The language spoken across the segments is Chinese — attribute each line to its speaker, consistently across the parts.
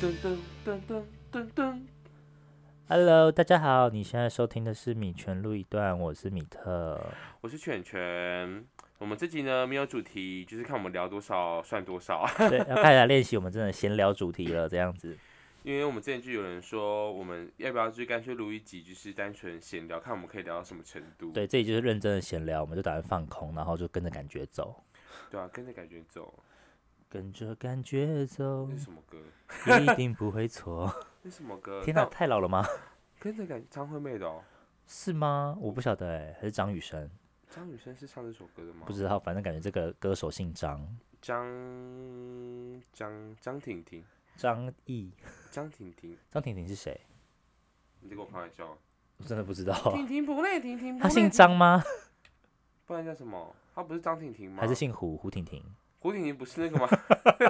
Speaker 1: 噔噔噔噔噔噔。
Speaker 2: Hello，大家好，你现在收听的是米泉录一段，我是米特。
Speaker 1: 我是犬犬，我们这集呢没有主题，就是看我们聊多少算多少。啊
Speaker 2: 对，要开始来练习我们真的闲聊主题了，这样子。
Speaker 1: 因为我们之前就有人说，我们要不要就干脆录一集，就是单纯闲聊，看我们可以聊到什么程度。
Speaker 2: 对，这里就是认真的闲聊，我们就打算放空，然后就跟着感觉走，
Speaker 1: 对啊，跟着感觉走。
Speaker 2: 跟着感觉走
Speaker 1: 那，是什么歌？
Speaker 2: 一定不会错。
Speaker 1: 那是什么歌？
Speaker 2: 天哪，
Speaker 1: 但
Speaker 2: 太老了吗？
Speaker 1: 跟着感张惠妹的哦。
Speaker 2: 是吗？我不晓得哎、还是张雨生？
Speaker 1: 张雨生是唱这首歌的吗？
Speaker 2: 不知道，反正感觉这个歌手姓张，
Speaker 1: 张张张婷婷，
Speaker 2: 张毅，
Speaker 1: 张婷婷，
Speaker 2: 张婷婷是谁？
Speaker 1: 你在跟我开玩笑？哦
Speaker 2: 我真的不知道。
Speaker 1: 婷婷不累，婷婷不累。
Speaker 2: 他哦姓，张吗？
Speaker 1: 不然叫什么？她不是张婷婷吗？
Speaker 2: 还是姓胡？胡婷婷？
Speaker 1: 胡婷婷不是那个吗？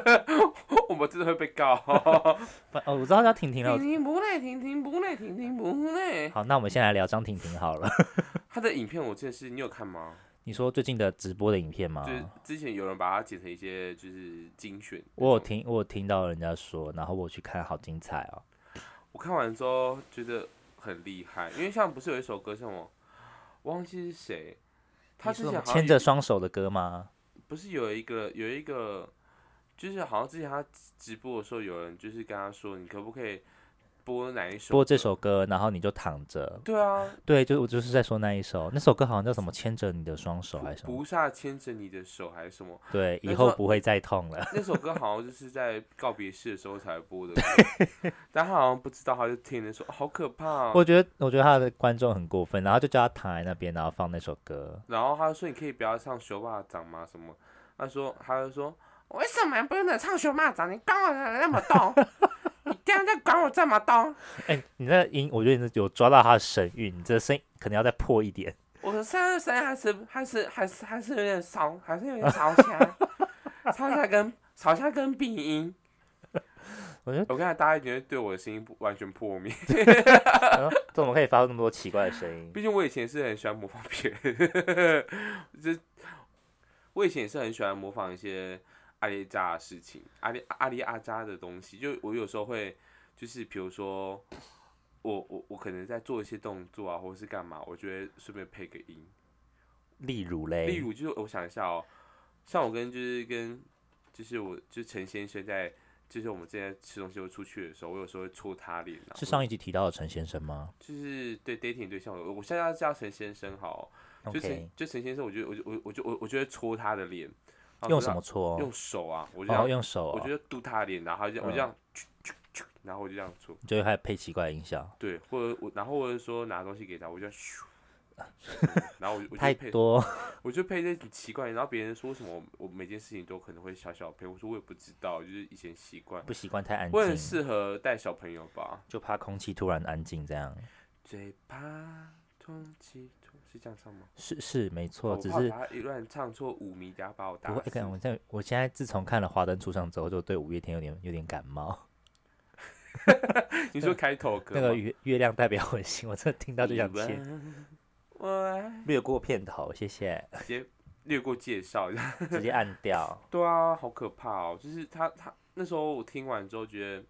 Speaker 1: 我们真的会被告。
Speaker 2: 不哦，我知道叫婷婷了。
Speaker 1: 婷不累，婷婷不累，婷婷不累。
Speaker 2: 好，那我们先来聊张婷婷好了。
Speaker 1: 她的影片我真的是，你有看吗？
Speaker 2: 你说最近的直播的影片吗
Speaker 1: 就？是之前有人把它剪成一些就是精选。
Speaker 2: 我有，听，我有听到人家说，然后我去看，好精彩哦。
Speaker 1: 我看完之后觉得很厉害，因为像不是有一首歌叫什么，我忘记是谁，他
Speaker 2: 你
Speaker 1: 之前
Speaker 2: 说什
Speaker 1: 好
Speaker 2: 么
Speaker 1: 像
Speaker 2: 牵
Speaker 1: 有
Speaker 2: 着双手的歌吗？
Speaker 1: 不是有一个有一个，就是好像之前他直播的时候，有人就是跟他说，你可不可以播哪一首？
Speaker 2: 播这。首歌，然后你就躺着。
Speaker 1: 对啊，
Speaker 2: 对，就我就是在说那一首，那首歌好像叫什么“牵着你的双手”还是什么？
Speaker 1: 菩萨牵着你的手还是什么？
Speaker 2: 对，以
Speaker 1: 那啊
Speaker 2: 后
Speaker 1: 首
Speaker 2: 不会再痛了。
Speaker 1: 那首歌好像就是在告别式的时候才播的歌， 但他好像不知道，他就听着说哦好可怕、哦。
Speaker 2: 我觉得，我觉得他的观众很过分，然后就叫他躺在那边，然后放那首歌。
Speaker 1: 然后他说你可以不要唱《熊霸掌》吗？什么？他说他就说为什么不能唱《熊霸掌》？你管我那么多， 你这样在管我这么多，
Speaker 2: 哎、你那个音，我觉得你有抓到他的神韵，你这声音可能要再破一点。
Speaker 1: 我的声音还是还是还是还是有点烧，还是有点烧香，烧香跟烧香跟鼻音。
Speaker 2: 我觉得
Speaker 1: 我刚才大家一定会对我的声音不完全破灭，
Speaker 2: 啊怎么可以发出那么多奇怪的声音？
Speaker 1: 毕竟我以前是很喜欢模仿别人， 这我以前也是很喜欢模仿一些阿里扎的事情，阿里阿里阿扎的东西。就我有时候会，就是比如说，我我我可能在做一些动作啊，或者是干嘛，我就会顺便配个音。
Speaker 2: 例如嘞，
Speaker 1: 例如，就是我想一下哦，像我跟就是跟就是我就是陈先生在，就是我们之前吃东西或出去的时候，我有时候会戳他脸啊，
Speaker 2: 是上一集提到的陈先生吗
Speaker 1: 就是对 dating 对象，我我现在要叫陈先生好，哦就陈
Speaker 2: ？OK，
Speaker 1: 就陈先生我就，我就我我就我我就会戳他的脸，然后
Speaker 2: 用
Speaker 1: 就
Speaker 2: 什
Speaker 1: 让
Speaker 2: 么？搓？
Speaker 1: 哦用手啊，我就这
Speaker 2: 然
Speaker 1: 样，
Speaker 2: 后用手、嗯
Speaker 1: 我
Speaker 2: 哦，
Speaker 1: 就嘟他的脸，然后就我就这样，啾啾啾然后我就这样戳，
Speaker 2: 你就会开始配奇怪的音效，
Speaker 1: 对，或者我然后或者说拿东西给他，我就咻，然后我就我
Speaker 2: 太
Speaker 1: 就配
Speaker 2: 多。
Speaker 1: 我就配这很奇怪，然后别人说为什么我我每件事情都可能会小小配，我说我也不知道，就是以前习惯，
Speaker 2: 不习惯太安
Speaker 1: 我很
Speaker 2: 静，
Speaker 1: 适合带小朋友吧，
Speaker 2: 就怕空气突然安静这样。
Speaker 1: 最怕空气突是这样唱吗？
Speaker 2: 是是没错，
Speaker 1: 哦我
Speaker 2: 只
Speaker 1: 怕
Speaker 2: 是
Speaker 1: 他一乱唱错五迷，等下把我打
Speaker 2: 不会。哎
Speaker 1: 死。
Speaker 2: 看我现在，我现在自从看了《华灯初上》之后，就对五月天有点有点感冒。
Speaker 1: 你 说开头歌
Speaker 2: 那个
Speaker 1: 吗
Speaker 2: 月月亮代表我的心，我真的听到就想切。
Speaker 1: 我爱
Speaker 2: 略过片头，谢谢，
Speaker 1: 直接略过介绍，
Speaker 2: 直接按掉。
Speaker 1: 对啊，好可怕哦！就是他他那时候我听完之后觉得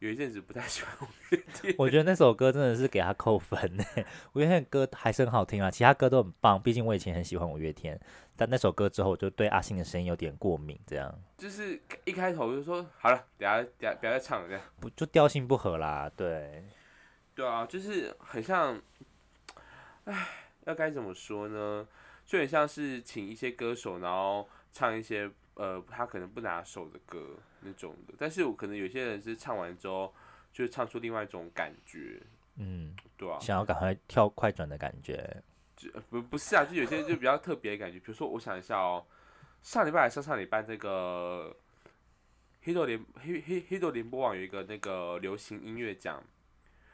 Speaker 1: 有一阵子不太喜欢五月天，
Speaker 2: 我觉得那首歌真的是给他扣分呢。五月天的歌还是很好听啊，其他歌都很棒。毕竟我以前很喜欢五月天，但那首歌之后，我就对阿信的声音有点过敏，这样
Speaker 1: 就是一开头就说好了，等下等下不要再唱了这样。
Speaker 2: 不就调性不合啦。对，
Speaker 1: 对啊，就是很像，唉，要该怎么说呢？就很像是请一些歌手，然后唱一些呃他可能不拿手的歌那种的。但是我可能有些人是唱完之后就唱出另外一种感觉，
Speaker 2: 嗯，
Speaker 1: 对啊，
Speaker 2: 想要赶快跳快转的感觉。
Speaker 1: 就呃不不是啊，就有些就比较特别的感觉。比如说，我想一下哦，上礼拜还是上上礼拜那个黑豆联黑黑黑豆联播网有一个那个流行音乐奖，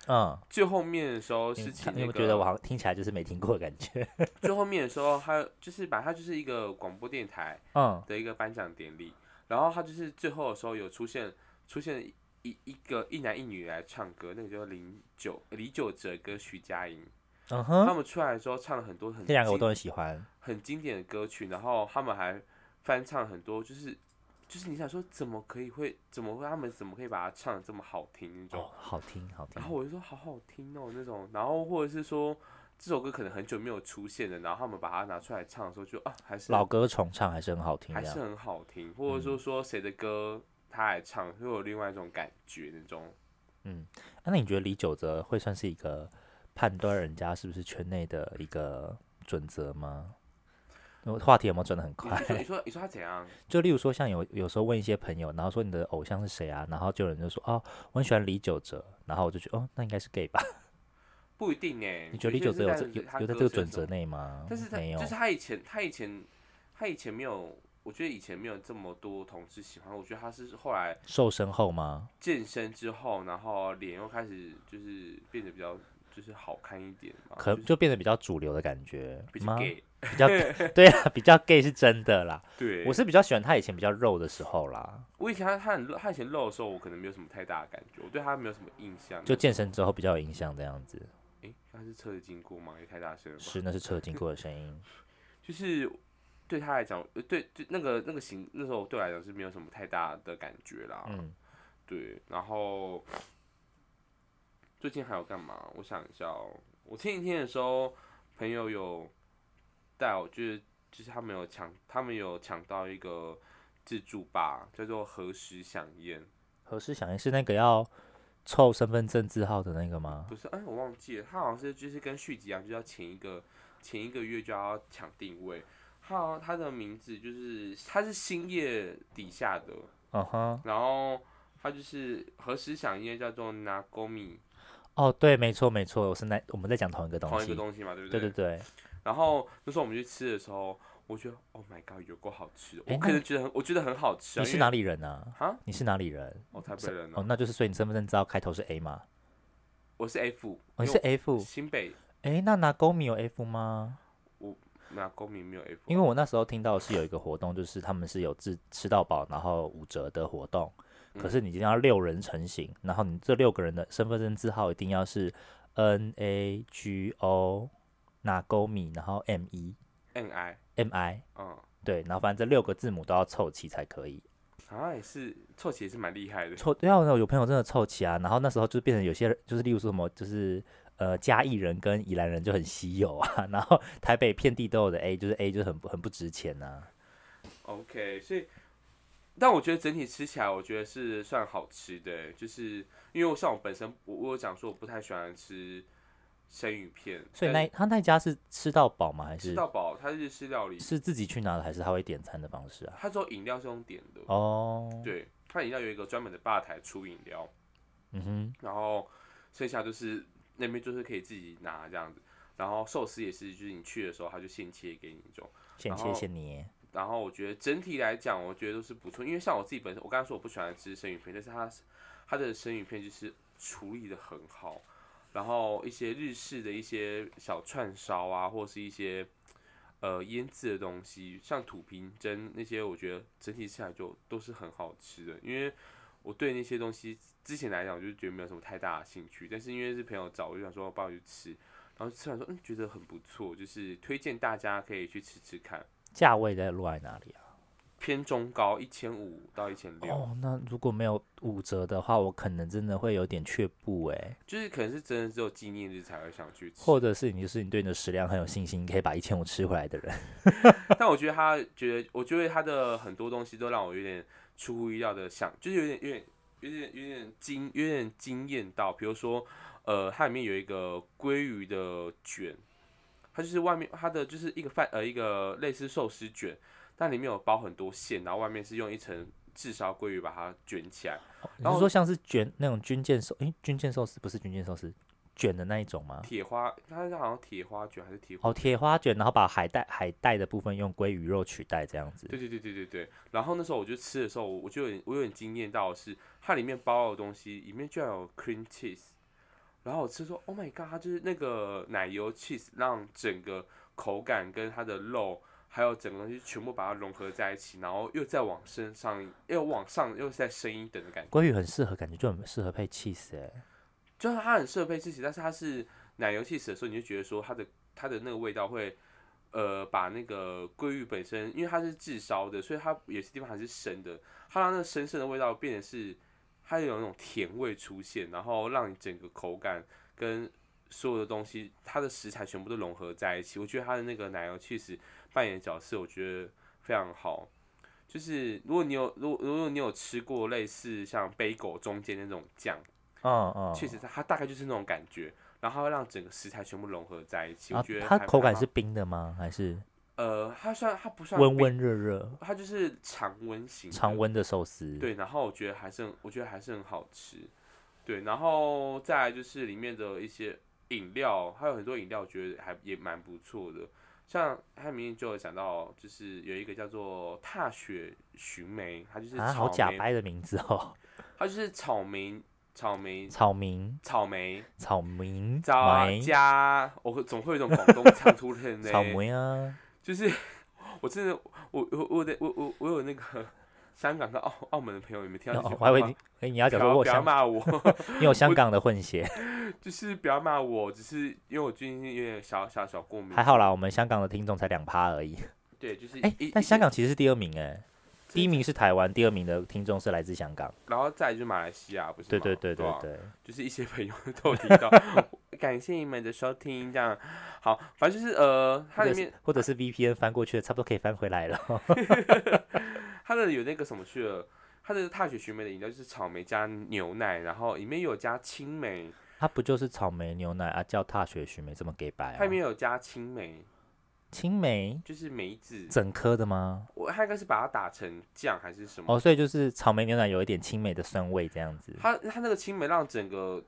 Speaker 2: 嗯，
Speaker 1: 最后面的时候
Speaker 2: 你
Speaker 1: 是请
Speaker 2: 嗯你
Speaker 1: 那
Speaker 2: 有没有
Speaker 1: 个
Speaker 2: 觉得我好像听起来就是没听过的感觉？
Speaker 1: 最后面的时候，他就是把它就是一个广播电台
Speaker 2: 嗯，
Speaker 1: 的一个颁奖典礼，然后他就是最后的时候有出现出现一一个一男一女来唱歌，那个叫林九呃李玖哲跟徐佳莹，
Speaker 2: 嗯
Speaker 1: 他
Speaker 2: 哼，
Speaker 1: 们出来的时候唱了很多很
Speaker 2: 这两个我
Speaker 1: 经
Speaker 2: 都很喜欢。
Speaker 1: 很经典的歌曲，然后他们还翻唱很多就是就是你想说怎么可以会怎么会他们怎么可以把它唱的这么好听那种，
Speaker 2: 哦，好听好听
Speaker 1: 然，后我就说好好听哦那种，然后或者是说这首歌可能很久没有出现了，然后他们把它拿出来唱的时候就啊还是
Speaker 2: 老嗯歌重唱还是很好听
Speaker 1: 还
Speaker 2: 的。
Speaker 1: 是很好听，或者说说谁的歌他来唱，会有另外一种感觉那种。
Speaker 2: 啊那你觉得李玖哲会算是一个判断人家是不是圈内的一个准则吗？我话题有没有转的很
Speaker 1: 你
Speaker 2: 快
Speaker 1: 是？说你说你说他怎样？
Speaker 2: 就例如说，像有有时候问一些朋友，然后说你的偶像是谁啊？然后就有人就说哦，我很喜欢李玖哲，然后我就觉得哦，那应该是 gay 吧？
Speaker 1: 不一定哎。
Speaker 2: 你觉得李玖哲有这
Speaker 1: 有
Speaker 2: 有
Speaker 1: 些是看
Speaker 2: 有在
Speaker 1: 他
Speaker 2: 这
Speaker 1: 歌声
Speaker 2: 个准
Speaker 1: 什
Speaker 2: 则
Speaker 1: 么
Speaker 2: 内吗？
Speaker 1: 但是他
Speaker 2: 哦没有
Speaker 1: 就，是他以前，他以前，他以前没有，我觉得以前没有这么多同志喜欢。我觉得他是后来
Speaker 2: 瘦身后吗？
Speaker 1: 健身之后，然后脸又开始就是变得比较就是好看一点嘛，
Speaker 2: 可
Speaker 1: 哦就是
Speaker 2: 就变得比较主流的感觉
Speaker 1: 比较
Speaker 2: 吗？
Speaker 1: gay。
Speaker 2: 比较 对啊，比较 gay 是真的啦。
Speaker 1: 对，
Speaker 2: 我是比较喜欢他以前比较肉的时候啦，
Speaker 1: 我以前他他很他以前露的时候，我可能没有什么太大的感觉，我对他没有什么印象。
Speaker 2: 就
Speaker 1: 没有
Speaker 2: 健身之后比较有影响这样子。
Speaker 1: 诶，他是车子经过吗？也太大声了吧？
Speaker 2: 是，那是车经过的 声音。
Speaker 1: 就是对他来讲，呃对对那个那个形那时候对我来讲是没有什么太大的感觉啦。
Speaker 2: 嗯，
Speaker 1: 对，然后最近还有干嘛？我想一下哦。我前几天的时候，朋友有带我，就是就是他们有抢，他们有抢到一个自助吧，叫做何时响宴，
Speaker 2: 何时响应是那个要凑身份证字号的那个吗？
Speaker 1: 不是？哎，我忘记了，他好像是就是跟续集一样，就是要前一个前一个月就要抢定位。他好像他的名字就是他是星夜底下的，
Speaker 2: 嗯哼，
Speaker 1: 然后他就是何时响宴叫做 Nagomi，
Speaker 2: 哦，对，没错没错，我是那我们在讲同一个东
Speaker 1: 同一
Speaker 2: 西
Speaker 1: 个。东西嘛，对不
Speaker 2: 对对对，
Speaker 1: 然后那时候我们去吃的时候，我觉得 Oh my God，有够好吃的！
Speaker 2: 诶
Speaker 1: 我可能觉得很，我觉得很好吃啊。
Speaker 2: 你是
Speaker 1: 因为
Speaker 2: 哪里人啊？
Speaker 1: 哈？
Speaker 2: 你是哪里人？
Speaker 1: 我台北人
Speaker 2: 哦
Speaker 1: 哦，，
Speaker 2: 那就是所以你身份证字号开头是 A 嘛？
Speaker 1: 我是 F，
Speaker 2: 哦，
Speaker 1: 因
Speaker 2: 你是
Speaker 1: 为
Speaker 2: F
Speaker 1: 我。新北
Speaker 2: 诶，那拿公米有 F 吗？
Speaker 1: 那公民没有 F，
Speaker 2: 因为我那时候听到是有一个活动，就是他们是有自吃到饱，然后五折的活动。可是你一定要六人成型，然后你这六个人的身份证字号一定要是 N A G O 拿勾米，然后 M E
Speaker 1: N I，
Speaker 2: M I
Speaker 1: 嗯，
Speaker 2: 对，然后反正这六个字母都要凑齐才可以。
Speaker 1: 好像也是凑齐也是蛮厉害的。
Speaker 2: 凑对啊，有朋友真的凑齐啊，然后那时候就变成有些人就是例如说什么就是。呃，嘉义人跟宜兰人就很稀有啊，然后台北遍地都有的 A，就是 A 就是很不很不值钱呐、啊
Speaker 1: OK，所以，但我觉得整体吃起来，我觉得是算好吃的，欸就是因为我像我本身，我我有讲说我不太喜欢吃生鱼片，
Speaker 2: 所以
Speaker 1: 但
Speaker 2: 那他那家是吃到饱吗？还
Speaker 1: 呃吃
Speaker 2: 是
Speaker 1: 到饱，它是日式料理，
Speaker 2: 是自己去拿的，还是他会点餐的方式啊？
Speaker 1: 它只有饮料是用点的，
Speaker 2: 哦，
Speaker 1: 对，它饮料有一个专门的吧台出饮料。
Speaker 2: 嗯哼，
Speaker 1: 然后剩下就是那边就是可以自己拿这样子，然后寿司也是，就是你去的时候他就现切给你这种。
Speaker 2: 现
Speaker 1: 然
Speaker 2: 切
Speaker 1: 后
Speaker 2: 现捏。
Speaker 1: 然后我觉得整体来讲，我觉得都是不错，因为像我自己本身，我刚才说我不喜欢吃生鱼片，但是它它的生鱼片就是处理的很好，然后一些日式的一些小串烧啊，或是一些呃腌制的东西，像土瓶蒸那些，我觉得整体吃起来就都是很好吃的，因为。我对那些东西之前来讲，我就觉得没有什么太大的兴趣，但是因为是朋友找，我就想说帮我去吃，然后吃完说嗯觉得很不错，就是推荐大家可以去吃吃看。
Speaker 2: 价位在落在哪里啊？
Speaker 1: 偏中高，一千五到一千六，
Speaker 2: 哦，那如果没有五折的话，我可能真的会有点却步哎、
Speaker 1: 就是可能是真的只有纪念日才会想去吃。
Speaker 2: 或者是你就是你对你的食量很有信心，你可以把一千五吃回来的人。
Speaker 1: 但我觉得他觉得，我觉得他的很多东西都让我有点出乎意料的想，就是有点有点有点有点惊有点惊艳到。比如说，呃，它里面有一个鲑鱼的卷，它就是外面它的就是一个饭呃一个类似寿司卷，但里面有包很多馅，然后外面是用一层炙烧鲑鱼把它卷起来，
Speaker 2: 你
Speaker 1: 哦然
Speaker 2: 是
Speaker 1: 后
Speaker 2: 说像是卷那种军舰寿？诶、军舰寿司不是军舰寿司，卷的那一种吗？
Speaker 1: 铁花它是好像铁花卷还是铁花
Speaker 2: 哦，铁花卷，然后把海带海带的部分用鲑鱼肉取代这样子。
Speaker 1: 对对对对对对。然后那时候我就吃的时候，我我就有点我有点惊艳到的是，它里面包的东西里面居然有 cream cheese，然后我吃说 Oh my god，它就是那个奶油 cheese 让整个口感跟它的肉。还有整个东西全部把它融合在一起，然后又再往身上，又往上，又再升一等的感觉。
Speaker 2: 鲑鱼很适合，感觉就很适合配 cheese 哎、
Speaker 1: 就是它很适合配自己，但是它是奶油 cheese 的时候，你就觉得说它的它的那个味道会呃把那个桂玉本身，因为它是炙烧的，所以它有些地方还是生的，它让那个生涩的味道变得是它有那种甜味出现，然后让你整个口感跟所有的东西，它的食材全部都融合在一起。我觉得它的那个奶油 cheese 扮演的角色，我觉得非常好。就是如果你有，如果如果你有吃过类似像 bagel 中间那种酱，
Speaker 2: 嗯嗯，
Speaker 1: 确实它它大概就是那种感觉，然后它会让整个食材全部融合在一起。
Speaker 2: 啊
Speaker 1: 我觉得
Speaker 2: 它
Speaker 1: 还
Speaker 2: 口感
Speaker 1: 蛮
Speaker 2: 是冰的吗？还是
Speaker 1: 呃，它算它不算
Speaker 2: 温
Speaker 1: 冰，
Speaker 2: 温热热
Speaker 1: 它就是常温型的
Speaker 2: 常温的寿司？，
Speaker 1: 对，然后我觉得还是很，我觉得还是很好吃。对，然后再来就是里面的一些饮料，还有很多饮料，我觉得还也蛮不错的。像他明明就有讲到，就是有一个叫做踏雪寻梅，它就是
Speaker 2: 啊，好
Speaker 1: 草
Speaker 2: 假
Speaker 1: 莓，
Speaker 2: 掰的名字 哦，
Speaker 1: 它就是草莓，草莓，
Speaker 2: 草民
Speaker 1: 草莓，
Speaker 2: 草民
Speaker 1: 加
Speaker 2: 莓
Speaker 1: 加，我会总会有一种广东腔突然的
Speaker 2: 草莓啊，
Speaker 1: 就是 我真的，我我我的我我我有那个 香港跟澳澳门的朋友，你们听到这
Speaker 2: 哦
Speaker 1: 句
Speaker 2: 我还
Speaker 1: 话
Speaker 2: 以为
Speaker 1: 吗
Speaker 2: 你哎你要
Speaker 1: 不
Speaker 2: 讲说
Speaker 1: 要
Speaker 2: 我
Speaker 1: 不要
Speaker 2: 香，
Speaker 1: 骂我，
Speaker 2: 你有香港的混血，
Speaker 1: 就是不要骂我，只是因为我最近有点小小小过敏
Speaker 2: 还。好啦，我们香港的听众才两趴而已。
Speaker 1: 对，就是
Speaker 2: 哎、
Speaker 1: 一
Speaker 2: 但
Speaker 1: 一
Speaker 2: 香
Speaker 1: 些
Speaker 2: 港其实是第二名哎，第一名是台湾，第二名的听众是来自香港。
Speaker 1: 然后再来就是马来西亚，不是
Speaker 2: 对
Speaker 1: 吗
Speaker 2: 对对对
Speaker 1: 啊
Speaker 2: 对，
Speaker 1: 就是一些朋友都有提到， 感谢你们的收听，这样好，反正就是呃，它
Speaker 2: 或
Speaker 1: 里
Speaker 2: 者
Speaker 1: 面
Speaker 2: 是或者是 VPN 翻过去的，差不多可以翻回来了。
Speaker 1: 它的有那个什么去了，它的踏雪寻梅的饮料就是草莓加牛奶，然后里面有加青梅，
Speaker 2: 它不就是草莓牛奶啊？叫踏雪寻梅这么 gay 白
Speaker 1: 它里面
Speaker 2: 啊？
Speaker 1: 有加青梅，
Speaker 2: 青梅
Speaker 1: 就是梅子，
Speaker 2: 整颗的吗？
Speaker 1: 我它应该是把它打成酱还是什么？
Speaker 2: 哦，所以就是草莓牛奶有一点青梅的酸味这样子。
Speaker 1: 它它那个青梅让整个，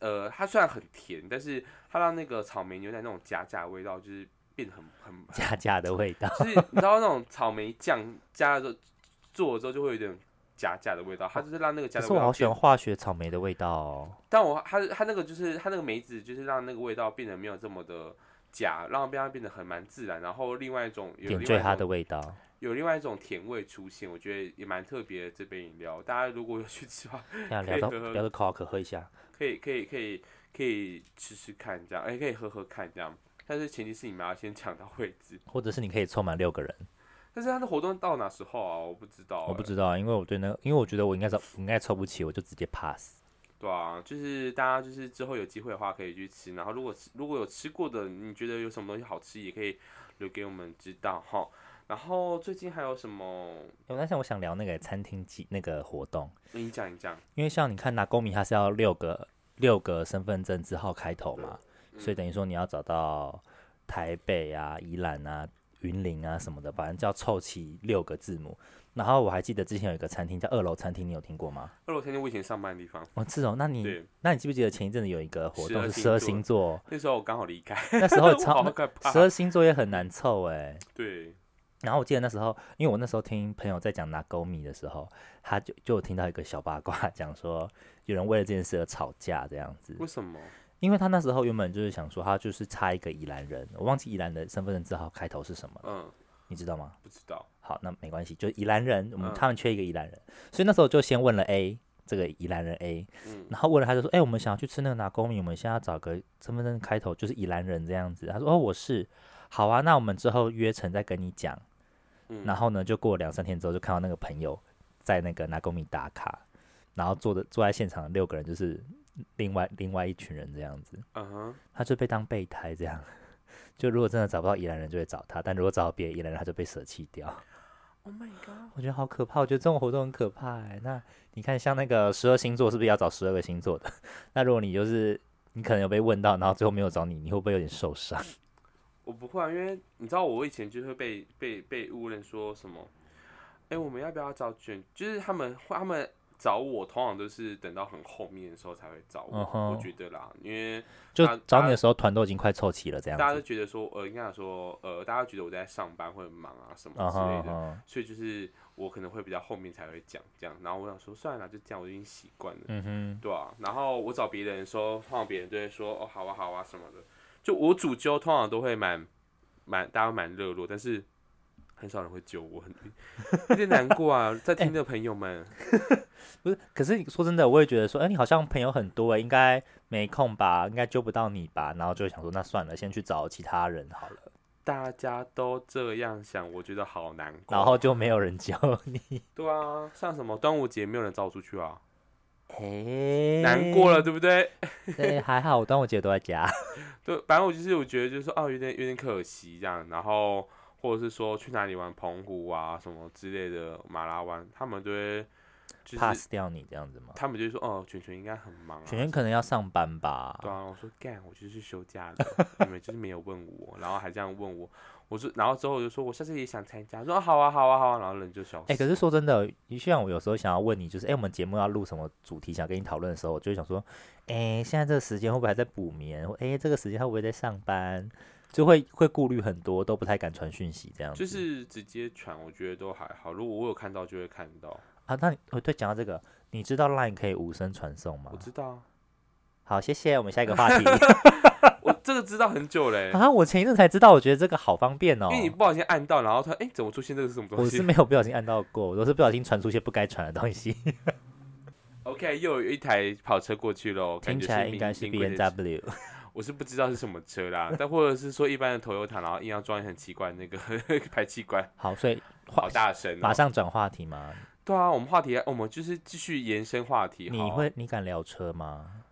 Speaker 1: 呃，它虽然很甜，但是它让那个草莓牛奶那种夹夹味道就是变得很很，
Speaker 2: 假假的味 道，
Speaker 1: 就是你知道那种草莓酱加了之后做了之后就会有点夹夹的味道，它就是让那个夹
Speaker 2: 可
Speaker 1: 的
Speaker 2: 是
Speaker 1: 味
Speaker 2: 我
Speaker 1: 道
Speaker 2: 好喜
Speaker 1: 变
Speaker 2: 欢。化学草莓的味道哦。
Speaker 1: 但我它它那个就是它那个梅子就是让那个味道变得没有这么的夹，让它变得很蛮自然。然后另外一种有
Speaker 2: 点
Speaker 1: 另外
Speaker 2: 缀
Speaker 1: 一
Speaker 2: 它
Speaker 1: 种
Speaker 2: 的味道，
Speaker 1: 有另外一种甜味出现，我觉得也蛮特别的这杯饮料。大家如果有去吃的话，
Speaker 2: 呀，
Speaker 1: 可
Speaker 2: 聊
Speaker 1: 以
Speaker 2: 到
Speaker 1: 喝喝
Speaker 2: 聊到可口可喝一下，
Speaker 1: 可以可以可以可以吃吃看这样，哎、可以喝喝看这样。但是前提是你们要先抢到位置。
Speaker 2: 或者是你可以凑满六个人。
Speaker 1: 但是它的活动到哪时候啊？我不知道、
Speaker 2: 我不
Speaker 1: 哎
Speaker 2: 知道，因为我对那个，因为我觉得我应该是我应该凑不起，我就直接 pass。
Speaker 1: 对啊，就是大家就是之后有机会的话可以去吃，然后如果吃如果有吃过的，你觉得有什么东西好吃，也可以留给我们知道哈。然后最近还有什么？
Speaker 2: 我在想，我想聊那个餐厅记那个活动，
Speaker 1: 你讲一讲。
Speaker 2: 因为像你看拿公民，它是要六个六个身份证字号开头嘛，
Speaker 1: 嗯
Speaker 2: 所以等于说你要找到台北啊、宜兰啊、云林啊什么的，反正就要凑齐六个字母。然后我还记得之前有一个餐厅叫二楼餐厅，你有听过吗？
Speaker 1: 二楼餐厅我以前上班的地方，
Speaker 2: 哦，是哦，那你
Speaker 1: 对，
Speaker 2: 那你记不记得前一阵子有一个活动是
Speaker 1: 十
Speaker 2: 十
Speaker 1: 二
Speaker 2: 二
Speaker 1: 星
Speaker 2: 星座，
Speaker 1: 那时候我刚好离开，
Speaker 2: 那时候
Speaker 1: 我好
Speaker 2: 超
Speaker 1: 害怕
Speaker 2: 十。二星座也很难凑哎、
Speaker 1: 对，
Speaker 2: 然后我记得那时候，因为我那时候听朋友在讲拿勾米的时候，他就就有听到一个小八卦，讲说有人为了这件事而吵架这样子。
Speaker 1: 为什么？
Speaker 2: 因为他那时候原本就是想说，他就是差一个宜兰人，我忘记宜兰的身份证字号开头是什么了，
Speaker 1: 嗯，
Speaker 2: 你知道吗？
Speaker 1: 不知道。
Speaker 2: 好，那没关系，就宜兰人，我们
Speaker 1: 嗯
Speaker 2: 他们缺一个宜兰人，所以那时候就先问了 A 这个宜兰人 A，
Speaker 1: 嗯
Speaker 2: 然后问了他就说，哎、我们想要去吃那个拿公米，我们现在要找个身份证开头就是宜兰人这样子。他说，哦，我是，好啊，那我们之后约成再跟你讲。
Speaker 1: 嗯，
Speaker 2: 然后呢，就过了两三天之后，就看到那个朋友在那个拿公米打卡，然后坐的坐在现场的六个人就是另外另外一群人这样子，
Speaker 1: 嗯哼。
Speaker 2: 他就被当备胎这样。 就如果真的找不到宜兰人，就会找他；但如果找到别的宜兰人，他就被舍弃掉。
Speaker 1: Oh my god！
Speaker 2: 我觉得好可怕，我觉得这种活动很可怕哎。那你看，像那个十二星座是不是要找十二个星座的？ 那如果你就是你可能有被问到，然后最后没有找你，你会不会有点受 伤？
Speaker 1: 我不会啊，因为你知道我以前就会被被被误认说什么，哎、我们要不要找卷？就是他们他们找我，通常都是等到很后面的时候才会找我啊
Speaker 2: 嗯哼
Speaker 1: 我觉得啦，因为
Speaker 2: 就
Speaker 1: 大
Speaker 2: 找你的时候，团都已经快凑齐了这样
Speaker 1: 大家都
Speaker 2: 子。
Speaker 1: 觉得说，呃，应该讲说，呃，大家觉得我在上班会很忙啊什么
Speaker 2: 嗯
Speaker 1: 之
Speaker 2: 哼
Speaker 1: 类
Speaker 2: 嗯
Speaker 1: 的
Speaker 2: 哼
Speaker 1: 所以就是我可能会比较后面才会讲这样。然后我想说，算了，就这样，我已经习惯了。
Speaker 2: 嗯哼，
Speaker 1: 对啊，然后我找别人说，通常别人都会说哦，好啊，好啊什么的。就我主揪，通常都会蛮蛮大家蛮热络，但是很少人会揪我，很有点难过 啊。在听的朋友们，
Speaker 2: 不是。可是你说真的，我也觉得说，哎、你好像朋友很多哎，应该没空吧？应该揪不到你吧？然后就想说，那算了，先去找其他人好了。
Speaker 1: 大家都这样想，我觉得好难过。
Speaker 2: 然后就没有人教你，
Speaker 1: 对啊，像什么端午节没有人找我出去啊，
Speaker 2: 嘿
Speaker 1: 难过了，。对不对？
Speaker 2: 对，哎还好我端午节都在家。
Speaker 1: 对，反正我就是我觉得就是说哦，有点有点可惜这样，然后或者是说去哪里玩澎湖啊什么之类的马拉湾，他们就会 就是
Speaker 2: pass 掉你这样子吗？
Speaker 1: 他们就会说哦，卷卷应该很忙、啊，
Speaker 2: 全员可哦能要上班
Speaker 1: 对
Speaker 2: 吧。
Speaker 1: 啊，我说干，我就是休假的，你们就是没有问我，然后还这样问我，我说，然后之后我就说我下次也想参加，说好啊好啊好啊，然后人就消失。
Speaker 2: 哎、可是说真的，像我有时候想要问你，就是哎、我们节目要录什么主题，想跟你讨论的时候，我就会想说，哎、现在这个时间会不会还在补眠？或哎、这个时间会不会在上班？就会会顾虑很多，都不太敢传讯息这样子。
Speaker 1: 就是直接传，我觉得都还好。如果我有看到就会看到，
Speaker 2: 啊，那你哦对，讲到这个，你知道 LINE 可以无声传送吗
Speaker 1: 我？知道啊，
Speaker 2: 好，谢谢，我们下一个 话题。
Speaker 1: 我这个知道很久嘞、
Speaker 2: 啊，我前一阵才知道，我觉得这个好方便哦
Speaker 1: 因。为你不小心按到，然后他哎、怎么出现这个是什么东
Speaker 2: 我是
Speaker 1: 西
Speaker 2: 没有不小心按到过，我都是不小心传出一些不该传的东西。
Speaker 1: ？OK，又有一台跑车过去喽，感
Speaker 2: 听
Speaker 1: 觉
Speaker 2: 起来
Speaker 1: 名
Speaker 2: 应该是
Speaker 1: 名
Speaker 2: B
Speaker 1: 贵
Speaker 2: N
Speaker 1: 的
Speaker 2: W。
Speaker 1: 我是不知道是什么车啦，但或者是说一般的 Toyota，然后硬要装很奇怪的那个 排气管，
Speaker 2: 好，所以
Speaker 1: 好
Speaker 2: 话
Speaker 1: 大声、哦
Speaker 2: 马上转话题嘛。
Speaker 1: 对啊，我们话题，我们就是继续延伸话题。
Speaker 2: 你
Speaker 1: 好啊
Speaker 2: 会你敢聊车吗？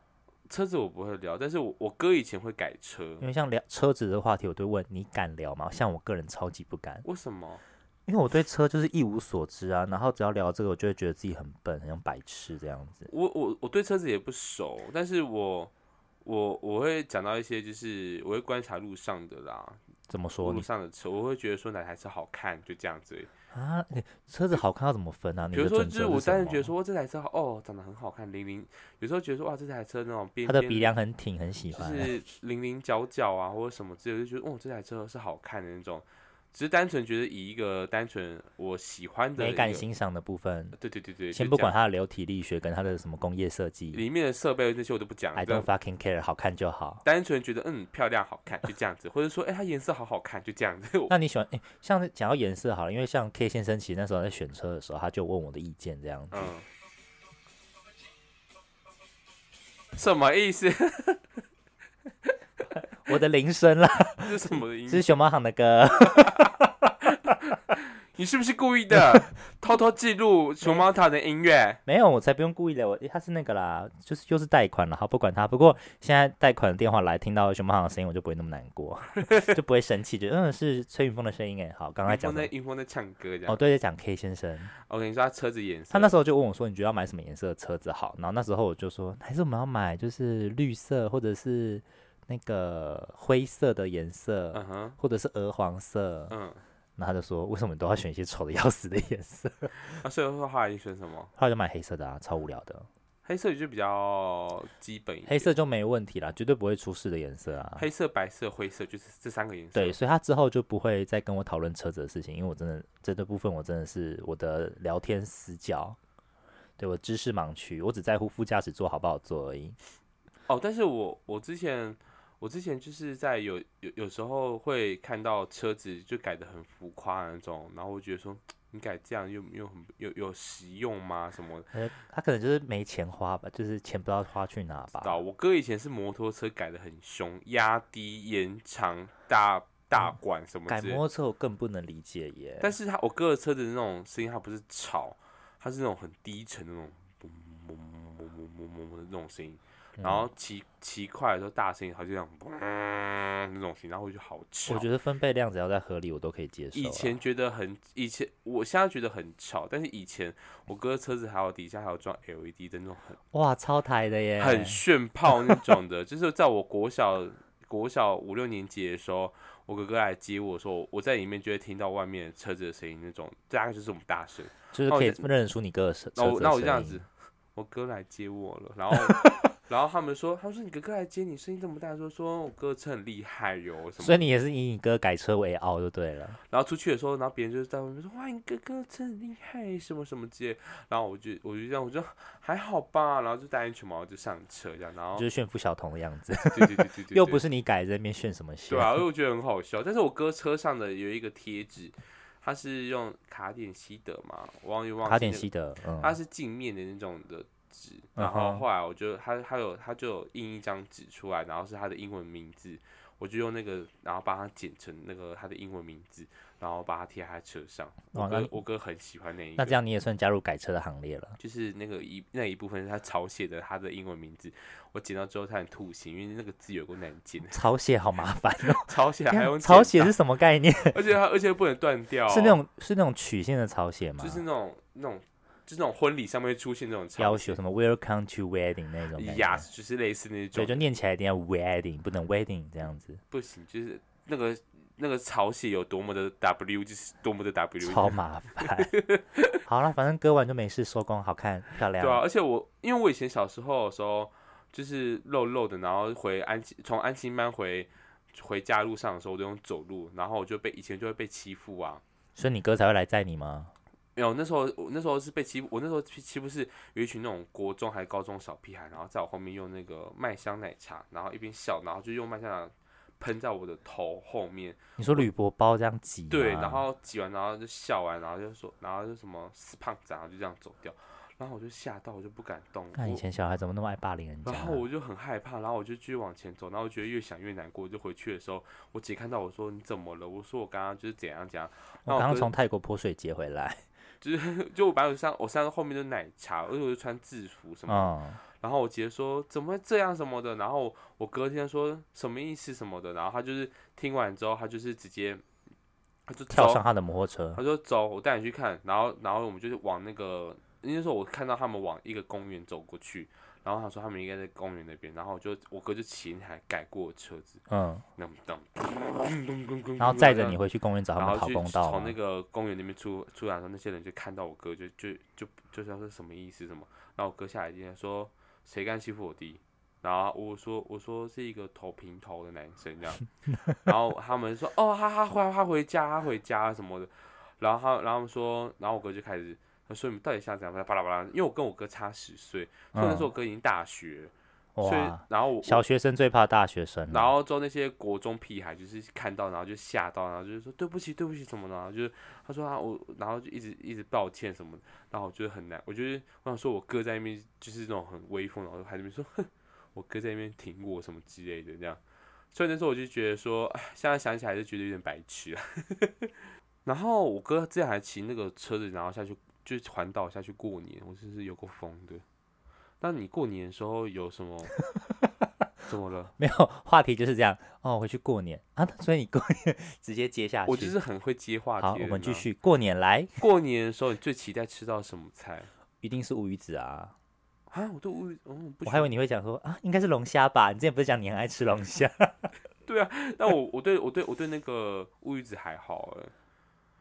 Speaker 1: 车子我不会聊，但是我我哥以前会改车
Speaker 2: 因，为像聊车子的话题，我都会问你敢聊吗？像我个人超级不敢，
Speaker 1: 为什么？
Speaker 2: 因为我对车就是一无所知啊。然后只要聊这个，我就会觉得自己很笨，很像白痴这样子。
Speaker 1: 我我我对车子也不熟，但是我我我会讲到一些，就是我会观察路上的啦，
Speaker 2: 怎么说
Speaker 1: 路
Speaker 2: 你
Speaker 1: 上的车，我会觉得说哪台车好看，就这样子而已。
Speaker 2: 啊？你车子好看要怎么分啊？你
Speaker 1: 比如
Speaker 2: 的
Speaker 1: 说，
Speaker 2: 准
Speaker 1: 就
Speaker 2: 则
Speaker 1: 是我
Speaker 2: 什
Speaker 1: 当然觉得
Speaker 2: 么？
Speaker 1: 说哇这台车好哦，长得很好看，零零，有时候觉得说哇这台车那种边
Speaker 2: 它的
Speaker 1: 边
Speaker 2: 鼻梁很挺，很喜
Speaker 1: 就
Speaker 2: 欢。
Speaker 1: 是零零角角啊，或者什么之类的，就觉得哦，这台车是好看的那种。只是单纯觉得以一个单纯我喜欢的
Speaker 2: 美
Speaker 1: 一
Speaker 2: 感
Speaker 1: 个，
Speaker 2: 欣赏的部分，
Speaker 1: 对对对对，
Speaker 2: 先
Speaker 1: 就
Speaker 2: 不
Speaker 1: 这样
Speaker 2: 管它的流体力学跟它的什么工业设计
Speaker 1: 里面的设备那些我都不讲了
Speaker 2: ，I，
Speaker 1: 这
Speaker 2: don't
Speaker 1: 样
Speaker 2: fucking care，好看就好。
Speaker 1: 单纯觉得嗯漂亮好看就这样子，或者说哎、它颜色好好看就这样子。我
Speaker 2: 那你喜欢诶，像是讲到颜色好了，因为像 K 先生其实那时候在选车的时候，他就问我的意见这样子。
Speaker 1: 嗯，什么意思？
Speaker 2: 我的铃声啦，
Speaker 1: 这是什么音
Speaker 2: 这？是熊猫行的歌，
Speaker 1: 你是不是故意 的偷偷记录熊猫塔的音乐？
Speaker 2: 没有，我才不用故意的，我诶他是那个啦，就是就是贷款了，好不管他。不过现在贷款的电话来，听到熊猫行的声音，我就不会那么难过，就不会生气，就嗯是崔云峰的声音诶。欸好，刚才
Speaker 1: 云
Speaker 2: 讲
Speaker 1: 峰在
Speaker 2: 的
Speaker 1: 云峰在唱歌这
Speaker 2: 哦，
Speaker 1: 样。
Speaker 2: 对，在讲 K 先生，
Speaker 1: 我跟你说，他车子颜
Speaker 2: 他
Speaker 1: 色
Speaker 2: 那时候就问我说，你觉得要买什么颜色的车子好？然后那时候我就说，还是我们要买就是绿色或者是那个灰色的颜色。
Speaker 1: 嗯哼，
Speaker 2: 或者是鹅黄色，
Speaker 1: 嗯，
Speaker 2: 然后他就说为什么你都要选一些丑的要死的颜色？
Speaker 1: 啊，所以说后来你选什么？
Speaker 2: 后来就买黑色的啊，超无聊的。
Speaker 1: 黑色就比较基本一点，
Speaker 2: 黑色就没问题啦，绝对不会出事的颜色啊。
Speaker 1: 黑色、白色、灰色就是这三个颜色。
Speaker 2: 对，，所以他之后就不会再跟我讨论车子的事情，因为我真的这个部分我真的是我的聊天死角，对我知识盲区，我只在乎副驾驶座好不好坐而已。
Speaker 1: 哦，但是我我之前我之前就是在有有有时候会看到车子就改的很浮夸的那种，然后我觉得说你改这样又又很有有实用吗？什么的？
Speaker 2: 呃他可能就是没钱花吧，就是钱不知道花去哪吧。
Speaker 1: 到我哥以前是摩托车改的很凶，压低、延长、大大管什么
Speaker 2: 嗯改
Speaker 1: 之
Speaker 2: 摩
Speaker 1: 类的，
Speaker 2: 托车我更不能理解耶。
Speaker 1: 但是他我哥的车子那种声音，它不是吵，它是那种很低沉的那种嘣嘣嘣嘣嘣嘣的那种声音。然后骑骑快的时候大声一点，它就这样，嘣那种声音，然后我就好吵
Speaker 2: 我。觉得分贝量只要在合理，我都可以接受啊。
Speaker 1: 以前觉得很，以前我现在觉得很吵，但是以前我哥的车子还有底下还有装 LED 的那种很
Speaker 2: 哇，超台的耶，
Speaker 1: 很炫炮那种的，就是在我国小国小五六年级的时候，我哥哥来接我说，我在里面就会听到外面车子的声音那种，大概就是这么大声。
Speaker 2: 就
Speaker 1: 哦
Speaker 2: 是
Speaker 1: 那我
Speaker 2: 可以
Speaker 1: 就
Speaker 2: 认得出你哥的车
Speaker 1: 那
Speaker 2: 车
Speaker 1: 我
Speaker 2: 子
Speaker 1: 那
Speaker 2: 的
Speaker 1: 我这样
Speaker 2: 声
Speaker 1: 子
Speaker 2: 音，
Speaker 1: 我哥来接我了， 然后然后他们说，他说你哥哥来接你，声音这么大，说说我哥车很厉害哟什么的
Speaker 2: 所以你也是以你哥改车为傲就对了。
Speaker 1: 然后出去的时候，然后别人就是在外面说：“哇，你哥哥真的很厉害，什么什么之类。”然后我就我就这样，我就还好吧，然后就戴安全帽就上车这样，然后
Speaker 2: 就是炫富小童的样子，
Speaker 1: 对对对对哦对对，
Speaker 2: 又不是你改在那边炫什么炫
Speaker 1: 对，啊，因为我觉得很好笑。但是我哥车上的有一个贴纸，它是用卡点西德嘛，我忘记忘记、那
Speaker 2: 卡点
Speaker 1: 个
Speaker 2: 西德，
Speaker 1: 它
Speaker 2: 嗯，
Speaker 1: 是镜面的那种的纸，
Speaker 2: 嗯
Speaker 1: 然后
Speaker 2: 哼
Speaker 1: 后来我就他他有他就有印一张纸出来，然后是他的英文名字，我我就用那个，然后把它剪成那个他的英文名字，然后把它贴在车上。我
Speaker 2: 哦那
Speaker 1: 哥
Speaker 2: 你，
Speaker 1: 我哥很喜欢那一
Speaker 2: 那这
Speaker 1: 个，
Speaker 2: 样你也算加入改车的行列了。
Speaker 1: 就是那个一那一部分是他抄写的他的英文名字，我剪到之后差点吐血，因为那个字有够难剪，
Speaker 2: 抄写好麻 烦哦，
Speaker 1: 抄写啊还用
Speaker 2: 抄
Speaker 1: 剪
Speaker 2: 写
Speaker 1: 刀
Speaker 2: 是，什么概念？
Speaker 1: 而且它而且不能断掉哦、哦
Speaker 2: 是那种是那种曲线的抄写吗？
Speaker 1: 就是那种那种就是那种婚礼上面会出现那种
Speaker 2: 要
Speaker 1: 抄
Speaker 2: 求什么 Welcome to wedding 那种感觉。
Speaker 1: 呀，就是类似那
Speaker 2: 对，
Speaker 1: 种
Speaker 2: 就念起来一定要 wedding，不能 wedding 这样子，
Speaker 1: 不行，就是那个那个抄写有多么的 W，就是多么的 W，
Speaker 2: 超麻 烦。好了，反正割完就没事，收工，好看，漂亮。
Speaker 1: 对啊，而且我因为我以前小时候的时候就是肉肉的，然后回安亲从安亲班回回家路上的时候，我都用走路，然后我就被以前就会被欺负啊。
Speaker 2: 所以你哥才会来载你吗？
Speaker 1: 没有，那时候我那时候是被欺负，我那时候欺欺负是有一群那种国中还高中小屁孩，然后在我后面用那个麦香奶茶，然后一边笑，然后就用麦香奶茶喷在我的头后面，
Speaker 2: 你说铝箔包这样挤吗？
Speaker 1: 对，然后挤完，然后就笑完，然后就说，然后就什么死胖子啊，然后就这样走掉，然后我就吓到，我就不敢动，
Speaker 2: 看以
Speaker 1: 我
Speaker 2: 前小孩怎么那么爱霸凌人家啊、
Speaker 1: 然后我就很害怕，然后我就继续往前走，然后我觉得越想越难过，就回去的时候，我姐看到我说你怎么了？我说我刚刚就是怎样怎 样，
Speaker 2: 我刚
Speaker 1: 然后
Speaker 2: 刚
Speaker 1: 哥
Speaker 2: 从泰国泼水节回来，
Speaker 1: 就我把我上我上后面的奶茶，而且我就穿制服什么的，
Speaker 2: 嗯，
Speaker 1: 然后我姐说怎么会这样什么的，然后我隔天说什么意思什么的，然后她就是听完之后，她就是直接，她就
Speaker 2: 跳
Speaker 1: 走
Speaker 2: 上他的摩托车
Speaker 1: 他，说走，我带你去看。然后，然后我们就是往那个，那时候我看到他们往一个公园走过去，然后他说他们应该在公园那边，然后我就我哥就骑那台改过的车子，
Speaker 2: 嗯，
Speaker 1: 那么当，咚咚咚咚
Speaker 2: 然后载着你，回去公园找
Speaker 1: 然
Speaker 2: 他
Speaker 1: 后
Speaker 2: 们跑
Speaker 1: 去
Speaker 2: 公道
Speaker 1: 从
Speaker 2: 吗
Speaker 1: 那个公园那边出出来的时候，那些人就看到我哥，就就就就想说什么意思什么，然后我哥下来今天说谁敢欺负我弟。然后我说我说是一个头平头的男生这样，然后他们说哦，他他回他回家，他回家什么的。然后他然后他们说，然后我哥就开始他说你们到底想怎样？巴拉巴拉，因为我跟我哥差十岁，所以那时候我哥已经大学，所以
Speaker 2: 嗯哇，
Speaker 1: 然后我
Speaker 2: 小学生最怕大学生啊了，
Speaker 1: 然后之后那些国中屁孩就是看到，然后就吓到，然后就是说对不起，对不起什么的，然后就是他说啊我，然后就一直一直道歉什么的，然后我觉得很难，我觉得我想说我哥在那边就是那种很威风，然后还在那边说哼，我哥在那边挺我什么之类的这样，所以那时候我就觉得说，哎现在想起来就觉得有点白痴啊。然后我哥之前还骑那个车子，然后下去就是环岛下去过年，我真是有够疯的。那你过年的时候有什么？怎么了？
Speaker 2: 没有话题就是这样哦，回去过年啊，所以你过年 直接接下去，
Speaker 1: 我就是很会接话题。啊
Speaker 2: 好，我们继。续过年来，
Speaker 1: 过年的时候，你最期待吃到什么菜
Speaker 2: 一定是乌鱼子啊，
Speaker 1: 啊？我都无语，嗯，不喜
Speaker 2: 我还以
Speaker 1: 欢。
Speaker 2: 为你会讲说啊，应该是龙虾吧，你之前不是讲你很爱吃龙虾？
Speaker 1: 但我我对我对我对那个乌鱼子还好哎。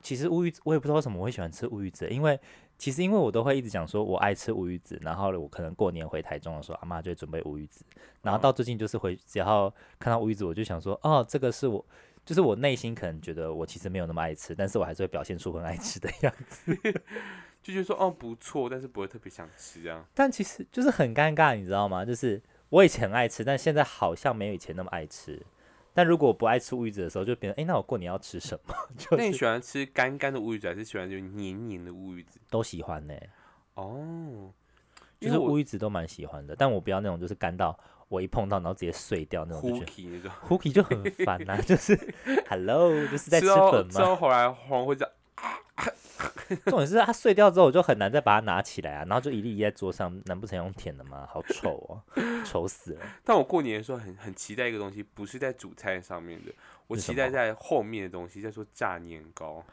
Speaker 2: 其实乌鱼子，我也不知道为什么我会喜欢吃乌鱼子，因为其实因为我都会一直讲说我爱吃乌鱼子，然后我可能过年回台中的时候，阿妈就会准备乌鱼子，然后到最近就是回只要看到乌鱼子，我就想说哦，这个是我。就是我内心可能觉得我其实没有那么爱吃，但是我还是会表现出很爱吃的样子。
Speaker 1: 就觉得说哦不错，但是不会特别想吃这 样。
Speaker 2: 但其实就是很尴尬，你知道吗？就是我以前很爱吃，但现在好像没有以前那么爱吃。但如果我不爱吃乌鱼子的时候，就变成哎、诶那我过年要吃什么？ 就
Speaker 1: 那你
Speaker 2: 是
Speaker 1: 喜欢吃干干的乌鱼子，还是喜欢就黏黏的乌鱼子？
Speaker 2: 都喜欢呢、
Speaker 1: 哦，
Speaker 2: 就
Speaker 1: 因
Speaker 2: 是
Speaker 1: 为
Speaker 2: 乌
Speaker 1: 我
Speaker 2: 鱼子都蛮喜欢的，但我不要那种就是干到我一碰到然后直接碎掉那种，就觉
Speaker 1: cookie
Speaker 2: 得
Speaker 1: 那种，
Speaker 2: h o o k i 就很烦呐、 就是 hello 就是在吃
Speaker 1: 到
Speaker 2: 粉
Speaker 1: 吃哦
Speaker 2: 嘛。
Speaker 1: 到后来黄会这样，
Speaker 2: 重点是它碎掉之后我就很难再把它拿起来啊，然后就一粒一粒在桌上，难不成用舔的吗？好丑哦， 丑死了。
Speaker 1: 但我过年的时候很很期待一个东西，不是在主菜上面的，我
Speaker 2: 是什
Speaker 1: 期待
Speaker 2: 么
Speaker 1: 在后面的东西，叫做炸年糕，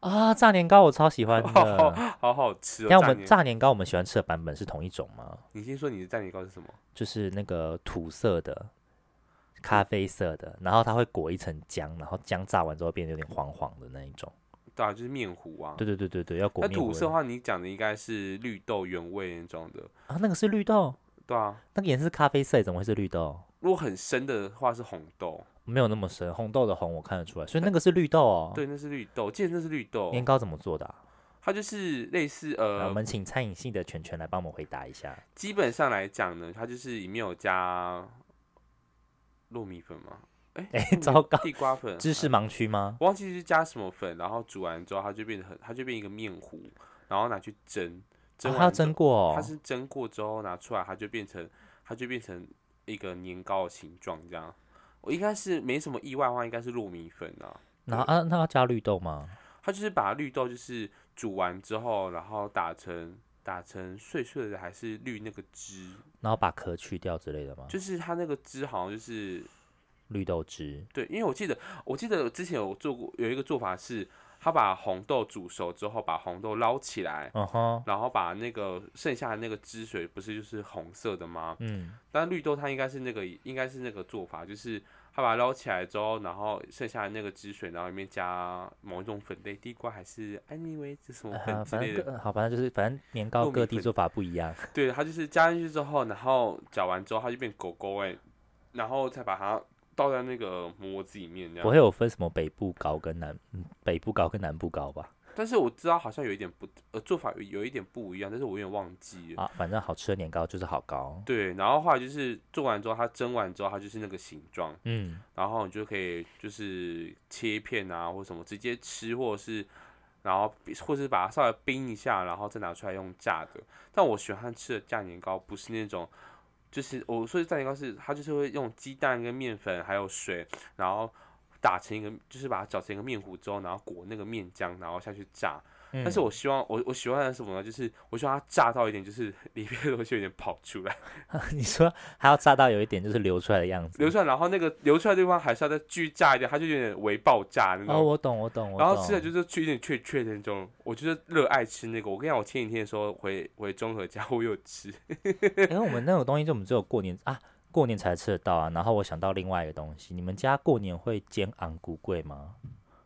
Speaker 2: 啊，炸年糕我超喜欢
Speaker 1: 好 好
Speaker 2: 的。
Speaker 1: 好好吃哦。
Speaker 2: 但我
Speaker 1: 炸
Speaker 2: 们
Speaker 1: 年
Speaker 2: 炸年糕我们喜欢吃的版本是同一种吗？
Speaker 1: 你先说你的炸年糕是什么？
Speaker 2: 就是那个土色的。
Speaker 1: 嗯
Speaker 2: 咖啡色的，然后它会裹一层浆，然后浆炸完之后变得有点黄黄的那一种。
Speaker 1: 对啊，就是面糊啊。
Speaker 2: 对对对对对，要裹
Speaker 1: 那
Speaker 2: 面糊
Speaker 1: 土
Speaker 2: 的
Speaker 1: 色的话，你讲的应该是绿豆原味那种的，
Speaker 2: 啊，那个是绿豆，
Speaker 1: 对啊。
Speaker 2: 那个颜色是咖啡色，怎么会是绿豆？
Speaker 1: 如果很深的话是红豆，
Speaker 2: 没有那么深，红豆的红我看得出来，所以那个是绿豆哦。，
Speaker 1: 对，那是绿豆，记得那是绿豆，
Speaker 2: 年糕怎么做的啊、
Speaker 1: 它就是类似
Speaker 2: 来我
Speaker 1: 呃，
Speaker 2: 们请餐饮系的全全来帮我们回答一下。
Speaker 1: 基本上来讲呢，它就是里面有加糯米粉嘛，哎、
Speaker 2: 哎
Speaker 1: 糯米
Speaker 2: 糟糕
Speaker 1: 地瓜粉，啊
Speaker 2: 知识盲区吗？
Speaker 1: 我忘记是加什么粉，然后煮完之后它就变得很，它就变一个面糊，然后拿去蒸，呃蒸
Speaker 2: 哦，
Speaker 1: 完
Speaker 2: 它要
Speaker 1: 之后
Speaker 2: 蒸过
Speaker 1: 它
Speaker 2: 哦。
Speaker 1: 是蒸过之后拿出来，它就变成它就变成一个年糕的形状这样。我应该是没什么意外的话，应该是糯米粉啊。
Speaker 2: 然后啊，那要加绿豆吗？
Speaker 1: 它就是把绿豆就是煮完之后，然后打成打成碎碎的，还是滤那个汁，
Speaker 2: 然后把壳去掉之类的吗？
Speaker 1: 就是它那个汁好像就是
Speaker 2: 绿豆汁，
Speaker 1: 对，因为我记得我记得之前有做过有一个做法是，他把红豆煮熟之后，把红豆捞起来。
Speaker 2: 嗯哼，
Speaker 1: 然后把那个剩下的那个汁水不是就是红色的吗？
Speaker 2: 嗯，
Speaker 1: 但绿豆它应该是那个，应该是那个做法，就是它把它捞起来之后，然后剩下的那个汁水，然后里面加某一种粉类，地瓜还是安妮维这什 么
Speaker 2: 啊
Speaker 1: 粉之
Speaker 2: 反
Speaker 1: 类
Speaker 2: 正
Speaker 1: 的，
Speaker 2: 各好，反正就是反正年
Speaker 1: 糯
Speaker 2: 糕
Speaker 1: 米
Speaker 2: 各地
Speaker 1: 粉
Speaker 2: 做法不一样。
Speaker 1: 对，它就是加进去之后，然后搅完之后它就变狗狗味，然后再把它倒在那个模子里面这
Speaker 2: 不
Speaker 1: 样。
Speaker 2: 会有分什么北部糕跟南嗯北部糕跟南部糕吧？
Speaker 1: 但是我知道好像有一点不呃做法有有一点不一样，但是我有点忘记了。
Speaker 2: 啊，反正好吃的年糕就是好糕。
Speaker 1: 对，然后后来就是做完之后，它蒸完之后，它就是那个形状，
Speaker 2: 嗯，
Speaker 1: 然后你就可以就是切片啊或什么直接吃，或者是然后或是把它稍微冰一下，然后再拿出来用炸的。但我喜欢吃的炸年糕不是那种，就是我说的炸年糕是它就是会用鸡蛋跟面粉还有水，然后打成一个就是把它搅成一个面糊之后，然后裹那个面浆，然后下去炸。
Speaker 2: 嗯
Speaker 1: 但是我希望我我喜欢的是什么呢？就是我希望它炸到一点，就是里面的东西有点跑出来。
Speaker 2: 你说还要炸到有一点就是流出来的样子。
Speaker 1: 流出来，然后那个流出来的地方还是要再巨炸一点，它就有点微爆炸那
Speaker 2: 哦，
Speaker 1: 种。
Speaker 2: 我懂，我懂，我
Speaker 1: 然
Speaker 2: 懂。
Speaker 1: 后吃的就是去有点脆脆的那种，我就是热爱吃那个。我跟你讲，我前几天的时候回回中和家，我有吃。
Speaker 2: 因为哎我们那种东西就我们只有过年啊，过年才吃得到啊。然后我想到另外一个东西，你们家过年会煎昂菇桂吗？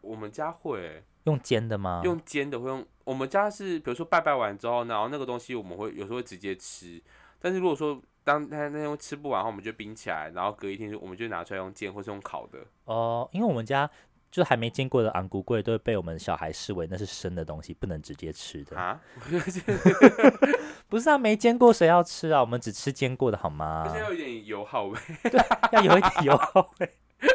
Speaker 1: 我们家会欸
Speaker 2: 用煎的吗？
Speaker 1: 用煎的，会用我们家是比如说拜拜完之后，然后那个东西我们会有时候会直接吃，但是如果说当他那天吃不完的话，我们就冰起来，然后隔一天就我们就拿出来用煎或是用烤的。
Speaker 2: 哦，因为我们家就还没煎过的昂菇桂都会被我们小孩视为那是生的东西，不能直接吃 的。
Speaker 1: 啊，
Speaker 2: 不是啊，没煎过谁要吃啊？我们只吃煎过的好吗
Speaker 1: 而？且要有点油耗味。
Speaker 2: 要有一点油耗味。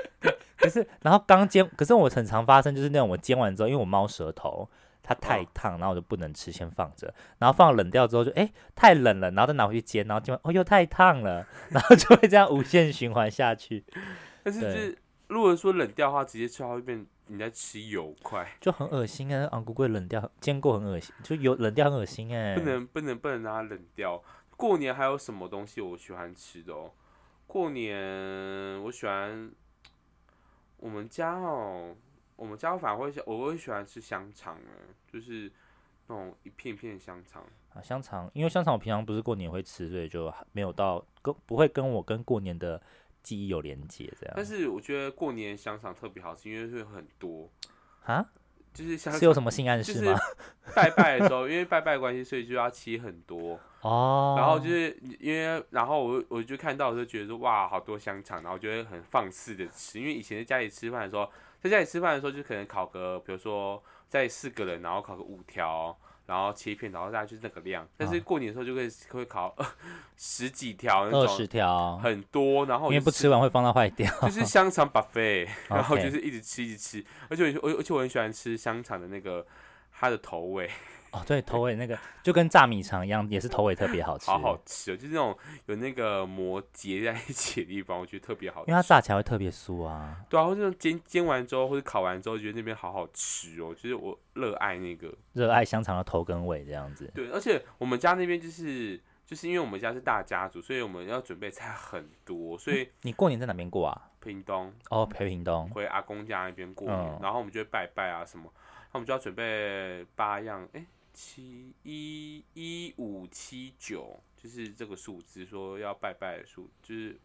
Speaker 2: 可是，然后刚煎，可是我很常发生就是那种我煎完之后，因为我猫舌头，它太
Speaker 1: 哦
Speaker 2: 烫，然后我就不能吃，先放着，然后放冷掉之后就哎太冷了，然后再拿回去煎，然后煎完哦又太烫了， 然后就会这样无限循环下去，
Speaker 1: 但是就
Speaker 2: 对
Speaker 1: 是如果说冷掉的话，直接吃它会变你在吃油块。
Speaker 2: 就很恶心啊！昂咕贵冷掉煎过很恶心，就有冷掉很恶心哎、
Speaker 1: 不能不能不能让它冷掉。过年还有什么东西我喜欢吃的哦？过年我喜欢我们家哦，我们家反而会喜我会喜欢吃香肠哎，就是那种一片一片的香肠。
Speaker 2: 啊，香肠，因为香肠我平常不是过年会吃，所以就没有到跟不会跟我跟过年的记忆有连接这
Speaker 1: 但
Speaker 2: 样
Speaker 1: 是我觉得过年香肠特别好吃，因为会很多，
Speaker 2: 啊？
Speaker 1: 就是香
Speaker 2: 是有
Speaker 1: 肠
Speaker 2: 什么性暗
Speaker 1: 就
Speaker 2: 示
Speaker 1: 是
Speaker 2: 吗？
Speaker 1: 拜拜的时候，因为拜拜的关系，所以就要切很多。
Speaker 2: 哦，
Speaker 1: 然后就是因为，然后我我就看到，我就觉得说哇，好多香肠，然后就会很放肆的吃。因为以前在家里吃饭的时候，在家里吃饭的时候，就可能烤个，比如说在四个人，然后烤个五条，然后切片，然后大概就是那个量。但
Speaker 2: 嗯
Speaker 1: 是过年的时候就会会烤 十几条那
Speaker 2: 二
Speaker 1: 种
Speaker 2: 十，条，
Speaker 1: 很多。然后我
Speaker 2: 因为
Speaker 1: 就
Speaker 2: 不吃完会放到坏掉。
Speaker 1: 就是香肠 buffet，然 后
Speaker 2: OK
Speaker 1: 就是一直吃一直吃，而且我而且我很喜欢吃香肠的那个它的头尾。
Speaker 2: 哦，对，头尾那个就跟炸米肠一样，也是头尾特别好吃，
Speaker 1: 好好吃哦，就是那种有那个膜结在一起的地方，我觉得特别好
Speaker 2: 因为它
Speaker 1: 吃。
Speaker 2: 炸起来会特别酥啊。
Speaker 1: 对啊，或者那种煎煎完之后，或者烤完之后，觉得那边好好吃哦，就是我热爱那个。
Speaker 2: 热爱香肠的头跟尾这样子，
Speaker 1: 对，而且我们家那边就是就是因为我们家是大家族，所以我们要准备菜很多，所以
Speaker 2: 你过年在哪边过啊？
Speaker 1: 屏东
Speaker 2: 哦，陪屏东，
Speaker 1: 回阿公家那边过年，
Speaker 2: 嗯
Speaker 1: 然后我们就会拜拜啊什么，那我们就要准备八样，哎、七一一五七九，就是这个数字，说要拜拜的数，就是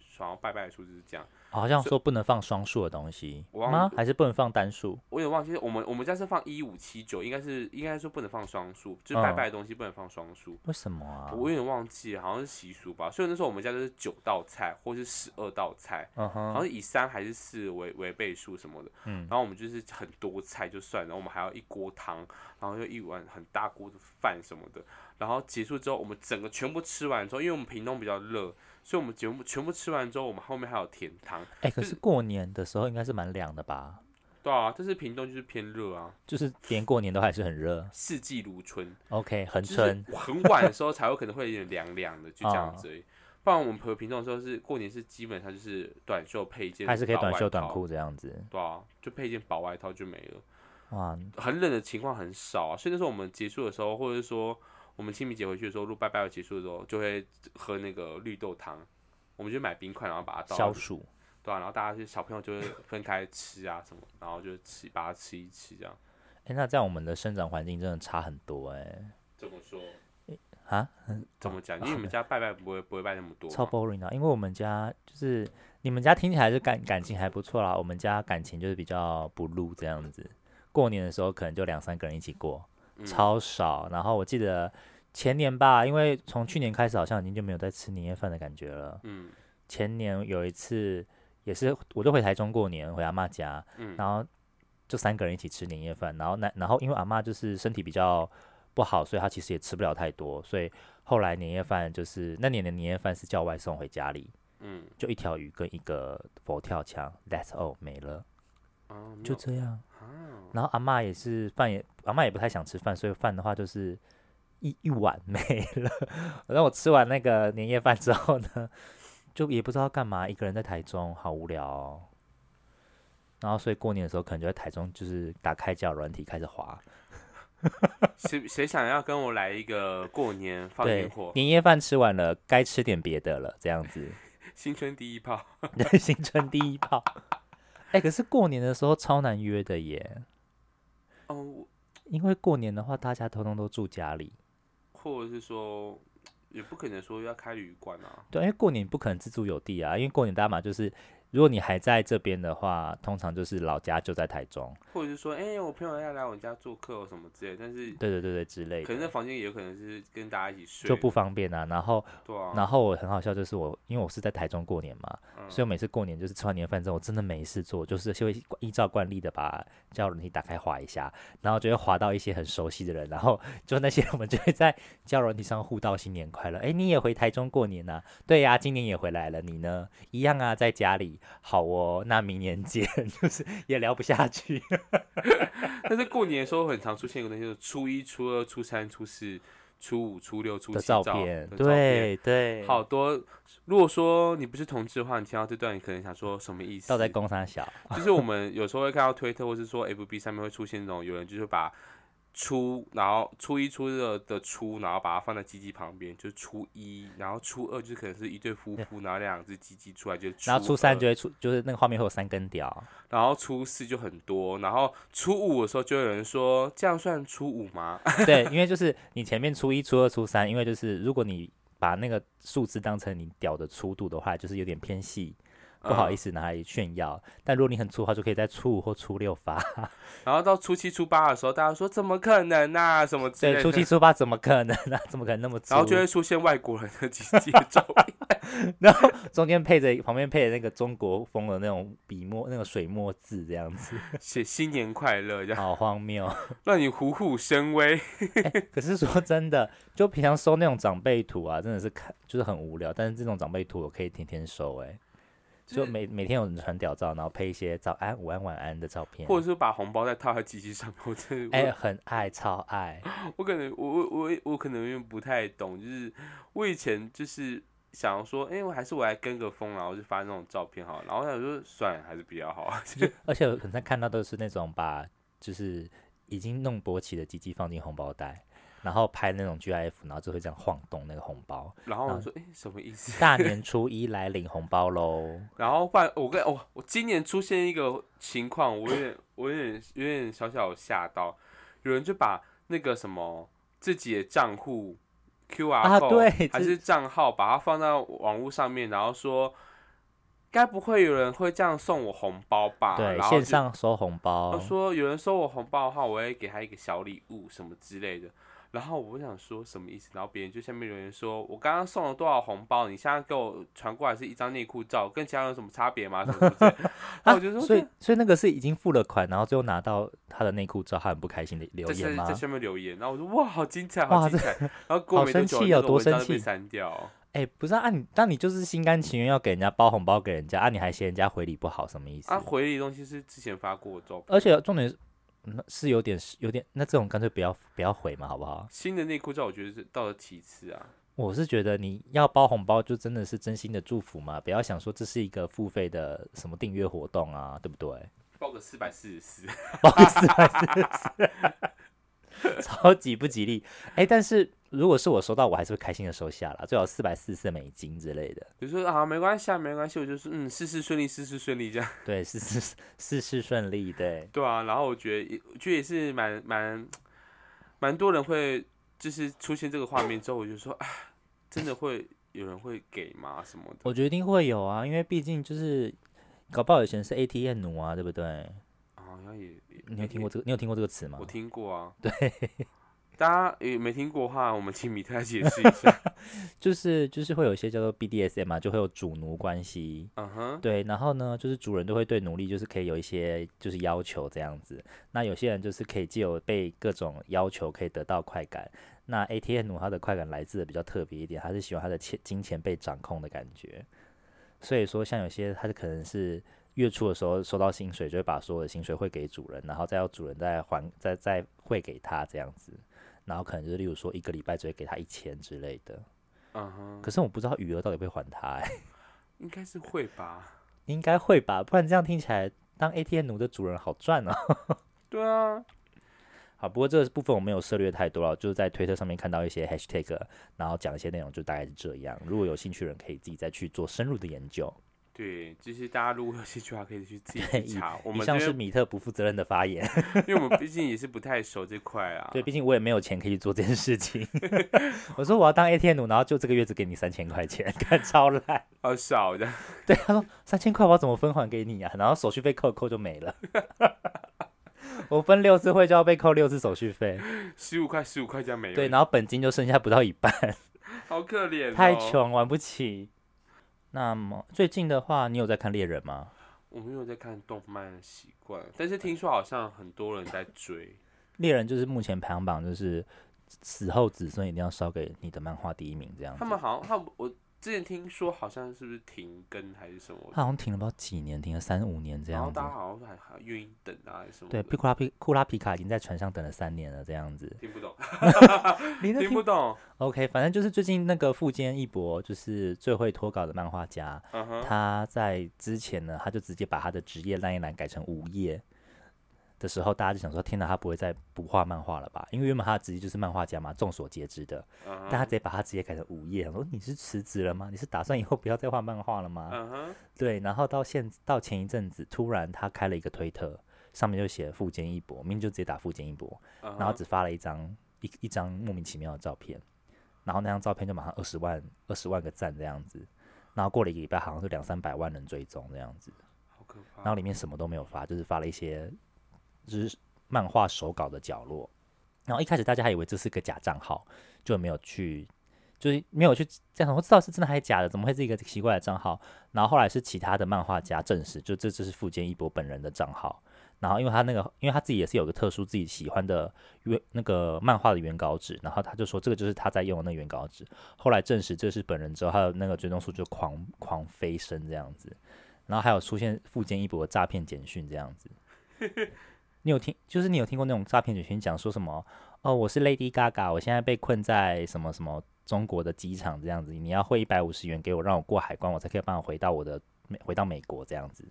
Speaker 1: 想要拜拜的数字是这样。
Speaker 2: 好像说不能放双数的东西
Speaker 1: 我忘
Speaker 2: 吗？还是不能放单数？
Speaker 1: 我有点忘记，我们我们家是放一五七九，应该是应该说不能放双数，就是拜拜的东西不能放双数。
Speaker 2: 为什么嗯啊？
Speaker 1: 我有点忘记，好像是习俗吧。所以那时候我们家就是九道菜或是十二道菜，
Speaker 2: 嗯
Speaker 1: 好像
Speaker 2: 哼，
Speaker 1: 以三还是四为为倍数什么的。
Speaker 2: 嗯
Speaker 1: 然后我们就是很多菜就算了，然后我们还要一锅汤，然后又一碗很大锅的饭什么的。然后结束之后，我们整个全部吃完之后，因为我们屏东比较热，所以我们全部全部吃完之后，我们后面还有甜汤。
Speaker 2: 哎、可是过年的时候应该是蛮凉的吧？
Speaker 1: 对啊，但是屏东就是偏热啊，
Speaker 2: 就是连过年都还是很热。
Speaker 1: 四季如春。
Speaker 2: OK，恒
Speaker 1: 就是
Speaker 2: 春，哦
Speaker 1: 很晚的时候才有可能会有点凉凉的，就这样子而已。不然我们和平众的时候是过年是基本上就是短袖配一件，
Speaker 2: 还是可以短袖短，裤这样子。
Speaker 1: 对啊，就配一件薄外套就没了。
Speaker 2: 哇，
Speaker 1: 很冷的情况很少啊，所以那时候我们结束的时候，或者是说我们清明节回去的时候，录拜拜结束的时候，就会喝那个绿豆汤，我们就买冰块，然后把它倒
Speaker 2: 消
Speaker 1: 到
Speaker 2: 暑
Speaker 1: 对啊，然后大家就小朋友就会分开吃啊什么，然后就吃把它吃一吃这样。
Speaker 2: 哎、那这样我们的生长环境真的差很多哎、
Speaker 1: 怎么说？
Speaker 2: 啊，
Speaker 1: 怎么讲？因为你们家拜拜不会不会拜那么多
Speaker 2: 超
Speaker 1: 嘛，
Speaker 2: boring 啊！因为我们家就是你们家听起来是感感情还不错啦，我们家感情就是比较不入这样子。过年的时候可能就两三个人一起过，
Speaker 1: 嗯
Speaker 2: 超少。然后我记得前年吧，因为从去年开始好像已经就没有在吃年夜饭的感觉了。
Speaker 1: 嗯
Speaker 2: 前年有一次也是，我就回台中过年，回阿妈家，
Speaker 1: 嗯
Speaker 2: 然后就三个人一起吃年夜饭，然后那然后因为阿妈就是身体比较不好，所以她其实也吃不了太多，所以后来年夜饭就是那年的年夜饭是叫外送回家里，
Speaker 1: 嗯
Speaker 2: 就一条鱼跟一个佛跳墙，That's all 没了，
Speaker 1: 啊，没
Speaker 2: 就
Speaker 1: 有
Speaker 2: 这样。
Speaker 1: 啊，
Speaker 2: 然后阿妈也是饭也阿妈也不太想吃饭，所以饭的话就是。一一碗没了， 然后我吃完那个年夜饭之后呢，就也不知道干嘛，一个人在台中好无聊、哦。然后所以过年的时候可能就在台中，就是打开交友软体开始滑，
Speaker 1: 谁谁想要跟我来一个过年放
Speaker 2: 对
Speaker 1: 烟火，，
Speaker 2: 年夜饭吃完了，该吃点别的了，这样子。
Speaker 1: 新春第一炮？
Speaker 2: 对，新春第一炮。哎、可是过年的时候超难约的耶，
Speaker 1: 哦，我
Speaker 2: 因为过年的话大家通通都住家里，
Speaker 1: 或者是说，也不可能说要开旅馆啊。
Speaker 2: 对，因为过年不可能自助有地啊，因为过年大嘛就是，如果你还在这边的话，通常就是老家就在台中，
Speaker 1: 或者是说，哎、我朋友要来我家做客哦什么之类的，但是
Speaker 2: 对对对对之类
Speaker 1: 可能那
Speaker 2: 的，
Speaker 1: 房间也有可能是跟大家一起睡，
Speaker 2: 就不方便啊。然后，
Speaker 1: 对啊，
Speaker 2: 然后我很好笑，就是我因为我是在台中过年嘛，
Speaker 1: 嗯
Speaker 2: 所以我每次过年就是吃完年饭之后，我真的没事做，就是就会依照惯例的把交友软体打开滑一下，然后就会滑到一些很熟悉的人，然后就那些人我 们就会在交友软体上互道新年快乐。哎，你也回台中过年呐、对呀、今年也回来了，你呢？一样啊，在家里。好哦，那明年见， 就是也聊不 下去。
Speaker 1: 但是过年的时候很常出现一个东西，就是初一、初二、初三、初四、初五、初六、初
Speaker 2: 的
Speaker 1: 七
Speaker 2: 照
Speaker 1: 片
Speaker 2: 片，，
Speaker 1: 的照片
Speaker 2: 对对，
Speaker 1: 好多。如果说你不是同志的话，你听到这段，你可能想说什么意思？
Speaker 2: 倒在公山小，
Speaker 1: 就是我们有时候会看到推特或是说 FB 上面会出现那种有人就是把初，然后初一初二的初，然后把它放在鸡鸡旁边，就是初一，然后初二就是可能是一对夫妇，然后两只鸡鸡出来就是初，
Speaker 2: 然后初三就，会出，就是那个画面会有三根屌，
Speaker 1: 然后初四就很多，然后初五的时候就有人说这样算初五吗？
Speaker 2: 对，因为就是你前面初一、初二、初三，因为就是如果你把那个数字当成你屌的粗度的话，就是有点偏细， 不好意
Speaker 1: 思。
Speaker 2: 思拿来炫耀。但如果你很粗的话，就可以在初五或初六发。
Speaker 1: 呃然后到初七初八的时候，大家说怎么可能啊什么之类
Speaker 2: 对，
Speaker 1: 的，
Speaker 2: 哎初七、初八怎么可能呢、怎么可能那么粗？
Speaker 1: 然后就会出现外国人的鸡鸡的照片，
Speaker 2: 中间配着旁边配着那个中国风的那种笔墨、那个水墨字这 样子，
Speaker 1: 写新年快乐这样，
Speaker 2: 好荒谬。
Speaker 1: 让你虎虎生威。
Speaker 2: 可是说真的，就平常收那种长辈图啊，真的是看就是很无聊。但是这种长辈图我可以天天收、欸，哎，就每每天有人传屌照，然后配一些早安、午安、晚安的照片，
Speaker 1: 或者是把红包再套在机器上 面，我真的，
Speaker 2: 哎、
Speaker 1: 我、
Speaker 2: 很爱，超爱，
Speaker 1: 我可能我我我我可能有点不太懂，就是我以前就是想要说，哎、我还是我来跟个风，然后就发那种照片好了，然后我想说算了，还是比较好，
Speaker 2: 就是而且我很常看到都是那种把就是已经弄勃起的鸡鸡放进红包袋，然后拍那种 GIF，然后就会这样晃动那个红包。
Speaker 1: 然后我说，哎、什么意思？
Speaker 2: 大年初一来领红包 喽，
Speaker 1: 然后不然我跟我、哦我今年出现一个情况，我有点我有点有点小小吓到，有人就把那个什么自己的账户 Q R
Speaker 2: 啊
Speaker 1: code、
Speaker 2: 对
Speaker 1: 还
Speaker 2: 这
Speaker 1: 是账号，把它放到网络上面，然后说。该不会有人会这样送我红包吧？
Speaker 2: 对，
Speaker 1: 啊然后
Speaker 2: 线
Speaker 1: 就哦
Speaker 2: 上收红
Speaker 1: 他
Speaker 2: 包，
Speaker 1: 说有人收我红包的话，我会给他一个小礼物什么之类的。然后我想说什么意思，然后别人就下面留言说，我刚刚送了多少红包，你现在给我传过来是一张内裤照，跟其他人有什么差别吗？什么什么 之类的然后
Speaker 2: 啊
Speaker 1: 我就说，
Speaker 2: 所以所以那个是已经付了款，然后最后拿到他的内裤之后，他很不开心的留
Speaker 1: 在
Speaker 2: 言
Speaker 1: 在
Speaker 2: 吗
Speaker 1: 在？下面留言，然后我说哇，好精彩，
Speaker 2: 哇
Speaker 1: 好精 彩。然后过
Speaker 2: 好
Speaker 1: 没多
Speaker 2: 生
Speaker 1: 久，
Speaker 2: 气
Speaker 1: 那
Speaker 2: 哦
Speaker 1: 个
Speaker 2: 多
Speaker 1: 文章
Speaker 2: 生
Speaker 1: 就被
Speaker 2: 气
Speaker 1: 删掉。
Speaker 2: 哎、不是啊，啊你那你就是心甘情愿要给人家包红包给人家，啊你还嫌人家回礼不好，什么意思？
Speaker 1: 啊，回礼的东西是之前发过的照片，
Speaker 2: 而且重点是，嗯是有点是有点，那这种干脆不要不要回嘛，好不好？
Speaker 1: 新的内裤照我觉得是到了其次啊。
Speaker 2: 我是觉得你要包红包，就真的是真心的祝福嘛，不要想说这是一个付费的什么订阅活动啊，对不对？
Speaker 1: 报个四百四十四，
Speaker 2: 不好意思，不好意思， 超级不吉利。哎、但是如果是我收到，我还是会开心的收下啦，最好四百四十四美金之类的。
Speaker 1: 比如说啊，没关系啊，没关系，我就说嗯，事事顺利，事事顺利这样。
Speaker 2: 对，事事事事顺利，对，
Speaker 1: 对啊，然后我觉得也，我觉得也是蛮蛮蛮多人会，就是出现这个画面之后，我就说，哎，真的会有人会给吗？什么的？
Speaker 2: 我觉得一定会有啊，因为毕竟就是搞不好有些人是 ATM 奴啊，对不对？
Speaker 1: 啊好像也，也
Speaker 2: 你有听过？这个？你有听过这个词吗
Speaker 1: 我？听过啊。对，大家也没听过的话，我们请米特来解释一下。
Speaker 2: 就是就是会有一些叫做 BDSM 啊，就会有主奴关系。
Speaker 1: 嗯哼，
Speaker 2: 对，然后呢，就是主人都会对奴隶就是可以有一些就是要求这样子。那有些人就是可以借由被各种要求可以得到快感。那 ATM 奴他的快感来自的比较特别一点，他是喜欢他的钱金钱被掌控的感觉。所以说，像有些他是可能是月初的时候收到薪水，就会把所有的薪水汇给主人，然后再要主人再还再再汇给他这样子。然后可能就是例如说一个礼拜只会给他一千之类的。
Speaker 1: 嗯哼，
Speaker 2: 可是我不知道余额到底会还他、欸。
Speaker 1: 应该是会吧？
Speaker 2: 应该会吧，不然这样听起来，当 ATM 奴的主人好赚哦。
Speaker 1: 对啊，
Speaker 2: 好，不过这个部分我没有涉猎太多了，就是在推特上面看到一些 hashtag，然后讲一些内容，就大概是这样。如果有兴趣的人可以自己再去做深入的研究。
Speaker 1: 对，就是大家如果有兴趣的话，可以去自己
Speaker 2: 对
Speaker 1: 去
Speaker 2: 以
Speaker 1: 查。我
Speaker 2: 以
Speaker 1: 们这
Speaker 2: 上是
Speaker 1: 边，啊
Speaker 2: 米特不负责任的 发言，
Speaker 1: 因为我们毕竟也是不太熟这块啊。
Speaker 2: 对，毕竟我也没有钱可以做这件事情。 我说我要当 ATM 奴，然后就这个月只给你三千块钱， 看 超烂。
Speaker 1: 好少的。
Speaker 2: 对，他说三千块我要怎么分还给你啊？然后手续费扣一扣就没了。 我分六次会就要被扣六次手续费，
Speaker 1: 十五块，十五块这样没有，
Speaker 2: 对，然后本金就剩下不到一半。
Speaker 1: 好可怜、哦，
Speaker 2: 太。穷玩不起。那么最近的话，你有在看猎人吗？
Speaker 1: 我没有在看动漫的习惯，但是听说好像很多人在追，
Speaker 2: 猎人就是目前排行榜就是死后子孙一定要烧给你的漫画第一名这样子。
Speaker 1: 他们好像他们我之前听说好像是不是停更还是什么，
Speaker 2: 他好像停了不知道几年，停了三五年这
Speaker 1: 然后
Speaker 2: 样子
Speaker 1: 大。家好像还还愿意等啊还是什么
Speaker 2: 对，
Speaker 1: 的，
Speaker 2: 库拉皮库拉皮卡已经在船上等了三年了这样 子。
Speaker 1: 听不懂，
Speaker 2: 你那
Speaker 1: 听不懂，
Speaker 2: OK，反正就是最近那个富坚义博，就是最会脱稿的漫画家，
Speaker 1: 嗯哼，
Speaker 2: 他在之前呢，他就直接把他的职业烂一栏改成无业的时候，大家就想说：天哪，他不会再不画漫画了吧？因为原本他的职业就是漫画家嘛，众所皆知的。
Speaker 1: 嗯
Speaker 2: 但
Speaker 1: 哼，
Speaker 2: 他直接把他职业改成无业，想说你是辞职了吗？你是打算以后不要再画漫画了吗？
Speaker 1: 嗯哼，
Speaker 2: 对，然后到现到前一阵子，突然他开了一个推特，上面就写富坚义博，明明就直接打富坚义博，
Speaker 1: 嗯
Speaker 2: 然后
Speaker 1: 哼
Speaker 2: 只发了一张一一张莫名其妙的照片，然后那张照片就马上二十万二十万个赞这样子，然后过了一个礼拜好像是两三百万人追踪这样子，
Speaker 1: 好可
Speaker 2: 然后
Speaker 1: 怕，
Speaker 2: 里面什么都没有发，就是发了一些就是漫画手稿的角落，然后一开始大家还以为这是个假账号，就没有去。就是没有去这样，我知道是真的还是假的，怎么会是一个奇怪的账号？然后后来是其他的漫画家证实，就这这是富坚义博本人的账号。然后因为他那个，因为他自己也是有个特殊自己喜欢的原那个漫画的原稿纸，然后他就说这个就是他在用的那个原稿纸。后来证实这是本人之后，他的那个追踪数就狂狂飞升这样子。然后还有出现富坚义博的诈骗简讯这样子。 你有听，就是你有听过那种诈骗简讯讲说什么？哦，我是 Lady Gaga，我现在被困在什么什么中国的机场这样子，你要汇一百五十元给我，让我过海关，我才可以帮我回到我的美回到美国这样子。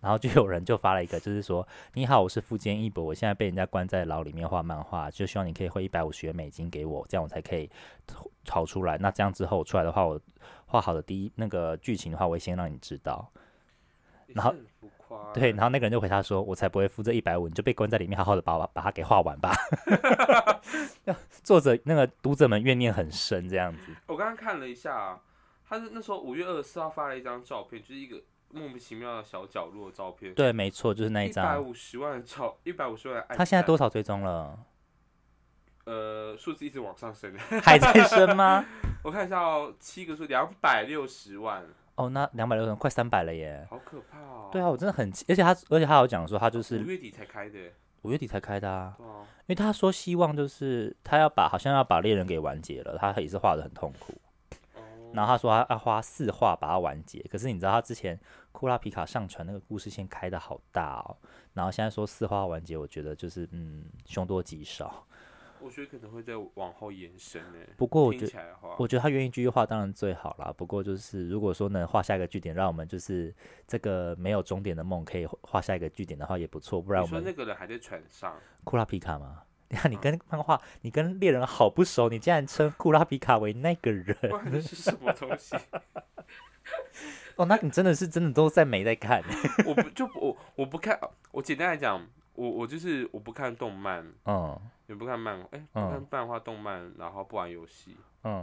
Speaker 2: 然后就有人就发了一个，就是说：“ 你好，我是富坚义博，我现在被人家关在牢里面画漫画，就希望你可以汇一百五十元美金给我，这样我才可以逃逃出来。那这样之后我出来的话，我画好的第一那个剧情的话，我会先让你知道。”
Speaker 1: 也
Speaker 2: 然后
Speaker 1: 是很浮夸，
Speaker 2: 对，然后那个人就回他说：“我才不会付这一百五，你就被关在里面，好好的把我把它给画完吧。” 作者那个读者们怨念很深，这样子。
Speaker 1: 我刚刚看了一下啊，他是那时候五月二十四号发了一张照片，就是一个莫名其妙的小角落的照片，
Speaker 2: 对，没错，就是那一
Speaker 1: 一百
Speaker 2: 张。
Speaker 1: 五十万的照，一百五十万的爱，
Speaker 2: 他现在多少追踪了？
Speaker 1: 呃数字一直往上升，
Speaker 2: 还在升吗？
Speaker 1: 我看一下哦，七个数两百六十万，
Speaker 2: 哦，那两百六十，快三百了耶。
Speaker 1: 好可怕哦！
Speaker 2: 对啊，我真的很气，而且他，而且他有讲说，他就
Speaker 1: 五
Speaker 2: 是
Speaker 1: 月底才开的，啊
Speaker 2: 五月底才开的啊，
Speaker 1: 对啊，
Speaker 2: 因为他说希望就是他要把好像要把猎人给完结了，他也是画的很痛苦。
Speaker 1: 哦，
Speaker 2: 然后他说他要花四话把它完结，可是你知道他之前库拉皮卡上传那个故事线开 的好大哦，然后现在说四话完结，我觉得就是嗯凶多吉少。
Speaker 1: 我觉得可能会再往后延伸呢、
Speaker 2: 不过我觉
Speaker 1: 听
Speaker 2: 得，
Speaker 1: 起来的话，
Speaker 2: 我觉得他愿意继续画当然最好啦。不过就是如果说能画下一个据点，让我们就是这个没有终点的梦可以画下一个据点的话也不错。不然
Speaker 1: 你
Speaker 2: 我
Speaker 1: 说那
Speaker 2: 们
Speaker 1: 个人还在船上，
Speaker 2: 库拉皮卡吗？ 你看你跟漫画，你跟猎人好不熟，你竟然称库拉皮卡为那个人
Speaker 1: 不然这是什么东西？
Speaker 2: 哦？那你真的是真的都在没在看
Speaker 1: 我不就不我我不看，哦我简单来讲，我我就是我不看动漫，
Speaker 2: 嗯
Speaker 1: 也不看漫，哎、不
Speaker 2: 嗯
Speaker 1: 看漫画、动漫，然后不玩游戏，
Speaker 2: 嗯，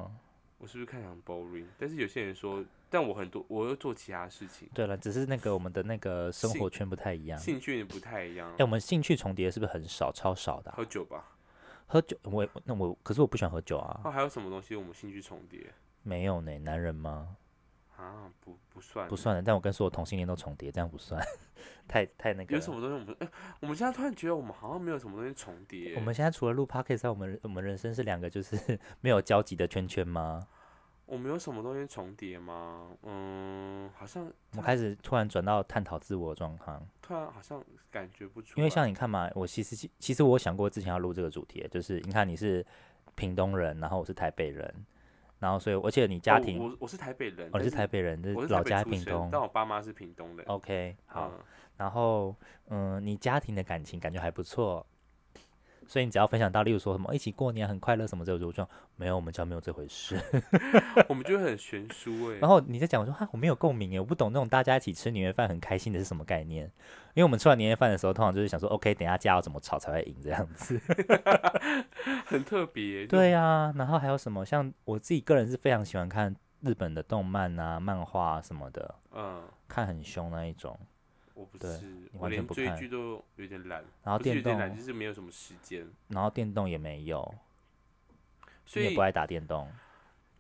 Speaker 1: 我是不是看起来很 boring？但是有些人说，但我很多我又做其他事情，
Speaker 2: 对了，只是那个我们的那个生
Speaker 1: 兴
Speaker 2: 活圈不太一样。
Speaker 1: 兴趣也不太一样
Speaker 2: 哎、。我们兴趣重叠是不是很少？超少的啊、
Speaker 1: 喝酒吧，
Speaker 2: 喝酒，我也那我可是我不喜欢喝酒啊。
Speaker 1: 哦，还有什么东西我们兴趣重叠
Speaker 2: 没有呢，男人吗？
Speaker 1: 啊？不不算，
Speaker 2: 不。算的，但我跟所有同性恋都重叠，这样不算，太太那个
Speaker 1: 有
Speaker 2: 了。
Speaker 1: 什么东西我们哎、我们现在突然觉得我们好像没有什么东西重叠。
Speaker 2: 我们现在除了录 podcast，在我们我们人生是两个就是 没有交集的圈圈吗？
Speaker 1: 我们有什么东西重叠吗？嗯，好像
Speaker 2: 我们开始突然转到探讨自我状况，
Speaker 1: 突然好像感觉不出来。
Speaker 2: 因为像你看嘛，我其实其实我想过之前要录这个主题，就是你看你是屏东人，然后我是台北人，然后所以而且你家
Speaker 1: 哦
Speaker 2: 庭，
Speaker 1: 我我是台北人，
Speaker 2: 哦你是台
Speaker 1: 但
Speaker 2: 北人，这
Speaker 1: 我是台
Speaker 2: 老
Speaker 1: 北
Speaker 2: 家
Speaker 1: 出
Speaker 2: 屏
Speaker 1: 生
Speaker 2: 东
Speaker 1: 但我爸妈是屏东人。
Speaker 2: ，OK，好，
Speaker 1: 嗯，
Speaker 2: 然后，嗯，你家庭的感情感觉还不错，所以你只要分享到，例如说什么一起过年很快乐什么这种，我就没有，我们家没有这回事。
Speaker 1: 我们就会很悬殊哎、
Speaker 2: 然后你在讲，我说哈，我没有共鸣耶，我不懂那种大家一起吃年夜饭很开心的是什么概念？因为我们吃完年夜饭的时候，通常就是想说，OK，等一下架要怎么吵才会赢这样子。
Speaker 1: 很特别、就
Speaker 2: 对啊，然后还有什么？像我自己个人是非常喜欢看日本的动漫啊、漫画、啊、什么的，
Speaker 1: 嗯，
Speaker 2: 看很凶那一种。
Speaker 1: 我不
Speaker 2: 对
Speaker 1: 是，我
Speaker 2: 完全
Speaker 1: 连
Speaker 2: 不
Speaker 1: 追
Speaker 2: 看
Speaker 1: 剧都有点懒，
Speaker 2: 然后
Speaker 1: 不是有点
Speaker 2: 电动，啊
Speaker 1: 懒，就是没有什么时间，
Speaker 2: 然后电动也没有，
Speaker 1: 所
Speaker 2: 你也
Speaker 1: 以
Speaker 2: 不爱打电动。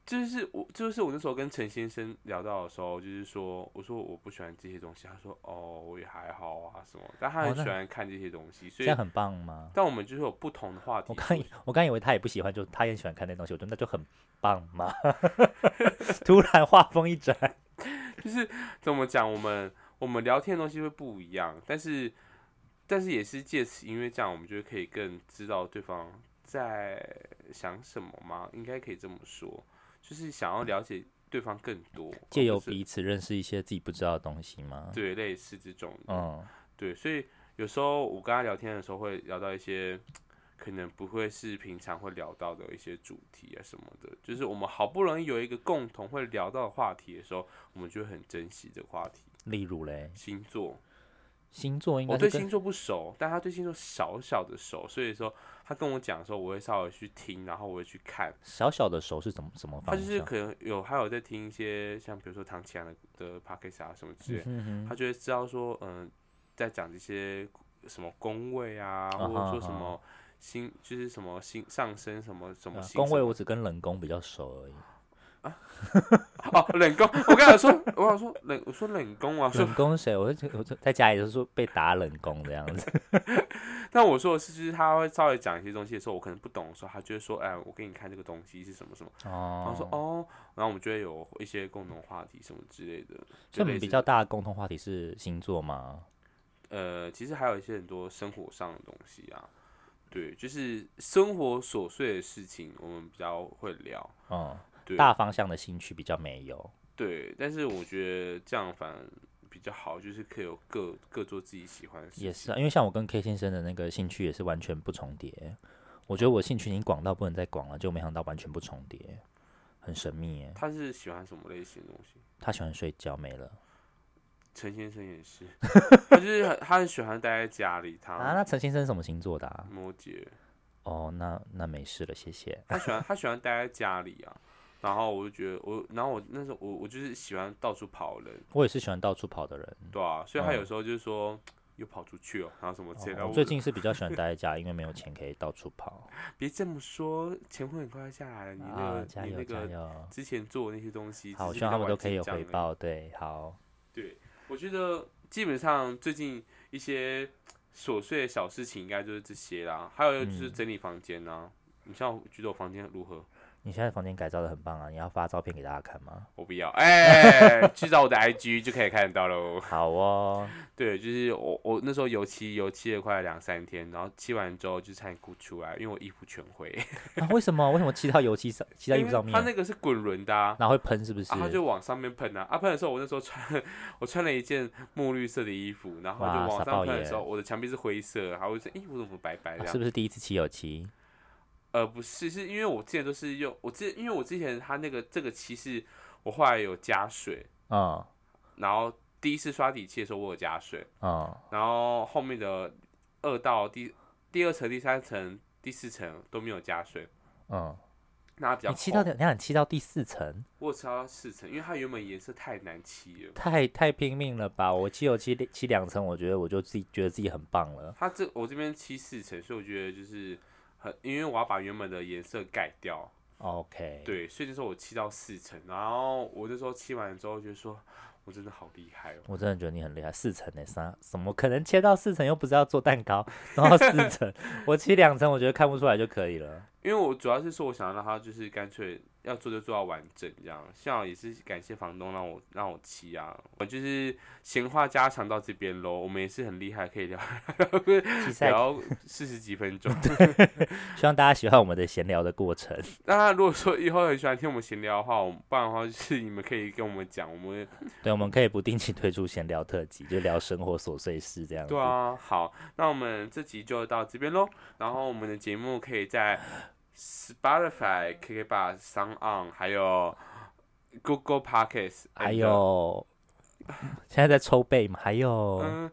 Speaker 1: 就是我，就是我那时候跟陈先生聊到的时候，就是说，我说我不喜欢这些东西，他说哦，我也还好啊什么，但他
Speaker 2: 哦
Speaker 1: 很
Speaker 2: 那
Speaker 1: 喜欢看这些东西，所
Speaker 2: 这
Speaker 1: 以
Speaker 2: 样很棒吗？
Speaker 1: 但我们就是有不同的话题
Speaker 2: 我
Speaker 1: 所
Speaker 2: 刚以
Speaker 1: 以。
Speaker 2: 我刚以为他也不喜欢，就他也喜欢看那东西，我觉得那就很棒 嘛。突然话锋一转，
Speaker 1: 就是怎么讲，我们我们聊天的东西会不一样，但是但是也是借此，因为这样我们就可以更知道对方在想什么嘛，应该可以这么说，就是想要了解对方更多，
Speaker 2: 嗯借由
Speaker 1: 笔
Speaker 2: 彼此认识一些自己不知道的东西吗？
Speaker 1: 对类似这种的，
Speaker 2: 嗯，
Speaker 1: 对，所以有时候我跟他聊天的时候会聊到一些。可能不会是平常会聊到的一些主题啊什么的，就是我们好不容易有一个共同会聊到的话题的时候，我们就会很珍惜这个话题。
Speaker 2: 例如嘞，
Speaker 1: 星座，
Speaker 2: 星座应
Speaker 1: 我
Speaker 2: 该
Speaker 1: 对
Speaker 2: 是跟
Speaker 1: 星座不熟，但他对星座小小的熟，所以说他跟我讲的时候，我会稍微去听，然后我会去看。
Speaker 2: 小小的熟是怎么什么
Speaker 1: 他
Speaker 2: 方
Speaker 1: 就是
Speaker 2: 向？
Speaker 1: 可能有还有在听一些像比如说唐奇阳的的 p o d c a s t 啊什么之类，
Speaker 2: 嗯
Speaker 1: 他
Speaker 2: 哼，
Speaker 1: 就会知道说，嗯、在讲这些什么宫位啊，或者说什么星，就是什么星上升什么什么
Speaker 2: 呃
Speaker 1: 星
Speaker 2: 宫
Speaker 1: 什
Speaker 2: 位
Speaker 1: 么
Speaker 2: 我只跟冷宫比较熟而已，
Speaker 1: 哦冷宫，我刚才说，我想说冷，我说冷宫啊，说
Speaker 2: 冷宫是谁？ 我就我就在家里就是说被打冷宫这样 子。
Speaker 1: 但我说的是，就是他会稍微讲一些东西的时候，我可能不懂的时候，他就会说，哎，我给你看这个东西是什么什么，然后说
Speaker 2: 哦，
Speaker 1: 哦，然后我们就会有一些共同话题什么之类的，就
Speaker 2: 所以你
Speaker 1: 类
Speaker 2: 们
Speaker 1: 似
Speaker 2: 比较大的共同话题是星座吗？
Speaker 1: 呃，其实还有一些很多生活上的东西啊，对，就是生活琐碎的事情，我们比较会聊，
Speaker 2: 嗯，
Speaker 1: 对
Speaker 2: 大方向的兴趣比较没有。
Speaker 1: 对，但是我觉得这样反而比较好，就是可以有各各做自己喜欢的事
Speaker 2: 也
Speaker 1: 情
Speaker 2: 是啊，因为像我跟 K 先生的那个兴趣也是完全不重叠。我觉得我兴趣已经广到不能再广了，就没想到完全不重叠，很神秘耶。
Speaker 1: 他是喜欢什么类型的东西？
Speaker 2: 他喜欢睡觉没了
Speaker 1: 陈先生也是，他就是很他很喜欢待在家里，他
Speaker 2: 啊？那陈先生什么星座的、啊？
Speaker 1: 摩羯，
Speaker 2: 哦，那那没事了，谢谢。
Speaker 1: 他喜欢他喜欢待在家里啊。然后我就觉得我，然后我那时候我我就是喜欢到处跑的人，
Speaker 2: 我也是喜欢到处跑的人。
Speaker 1: 对啊，所以他有
Speaker 2: 嗯
Speaker 1: 时候就是说又跑出去哦，然后什么之类的。
Speaker 2: 哦
Speaker 1: 我
Speaker 2: 我最近是比较喜欢待在家，因为没有钱可以到处跑。
Speaker 1: 别这么说，钱会很快下来了，你那
Speaker 2: 啊，
Speaker 1: 个
Speaker 2: 加
Speaker 1: 你
Speaker 2: 油
Speaker 1: 那
Speaker 2: 加
Speaker 1: 个
Speaker 2: 油！
Speaker 1: 之前做的那些东西，
Speaker 2: 好，
Speaker 1: 只
Speaker 2: 我
Speaker 1: 是
Speaker 2: 希望他
Speaker 1: 比较
Speaker 2: 们都
Speaker 1: 晚
Speaker 2: 可以有
Speaker 1: 进账
Speaker 2: 回
Speaker 1: 而已。
Speaker 2: 报。对，好，
Speaker 1: 对，我觉得基本上最近一些琐碎的
Speaker 2: 嗯
Speaker 1: 小事情应该就是这些啦，还有就是整理房间啊。你像我觉得我房间如何？
Speaker 2: 你现在房间改造的很棒啊，你要发照片给大家看吗？
Speaker 1: 我不要，哎、去找我的 IG 就可以看得到喽。
Speaker 2: 好 哦，
Speaker 1: 对，就是我我那时候油漆油漆了快两三天，然后漆完之后就差点哭出来，因为我衣服全灰，
Speaker 2: 啊、为什么为什么漆到油漆上，漆到衣服上面
Speaker 1: 它，那个是滚轮的、啊，
Speaker 2: 然后会喷是不是？
Speaker 1: 啊，他就往上面喷啊！啊，喷的时候，我那时候穿我穿了一件墨绿色的衣服，然后
Speaker 2: 哇
Speaker 1: 就往
Speaker 2: 傻
Speaker 1: 上
Speaker 2: 爆
Speaker 1: 喷的
Speaker 2: 耶
Speaker 1: 时候，我的墙壁是灰色，还会说，咦、我怎么白白
Speaker 2: 啊
Speaker 1: 的、
Speaker 2: 是不是第一次漆油漆？
Speaker 1: 呃，不是，是因为我之前都是用我之，因为我之前它那个这个漆是我后来有加水，
Speaker 2: 嗯
Speaker 1: 然后第一次刷底漆的时候我有加水，
Speaker 2: 嗯，
Speaker 1: 然后后面的二到第第二层、第三层、第四层都没有加水，
Speaker 2: 嗯，
Speaker 1: 那它比较
Speaker 2: 你漆到
Speaker 1: 厚
Speaker 2: 的，你看你漆到第四层，
Speaker 1: 我有漆到四层，因为它原本颜色太难漆了。
Speaker 2: 太太拼命了吧？我漆油漆漆两层，我觉得我就自己觉得自己很棒了。
Speaker 1: 它这我这边漆四层，所以我觉得就是很，因为我要把原本的颜色盖掉，
Speaker 2: OK，
Speaker 1: 对，所以那时候我漆到四层，然后我那时候漆完之后就说，我真的好厉害哦，
Speaker 2: 我真的觉得你很厉害，四层呢、三怎么可能切到四层？又不是要做蛋糕，然后四层， 我切两层，我觉得看不出来就可以了。
Speaker 1: 因为我主要是说我想要让它就是干脆要做就做到完整这样，像也是感谢房东让我让我漆啊，我就是闲话家常到这边喽，我们也是很厉害，可以聊
Speaker 2: 其实还
Speaker 1: 聊四十几分钟。
Speaker 2: 希望大家喜欢我们的闲聊的过程。
Speaker 1: 那如果说以后很喜欢听我们闲聊的话，我们不然的话就是你们可以跟我们讲，我们
Speaker 2: 对，我们可以不定期推出闲聊特辑，就聊生活琐碎事这样子。
Speaker 1: 对啊，好，那我们这集就到这边喽。然后我们的节目可以在 Spotify、KK Bar、Sound On，还有 Google Podcasts，
Speaker 2: 还
Speaker 1: and-
Speaker 2: 有， 现在在抽背嘛？还有，
Speaker 1: 嗯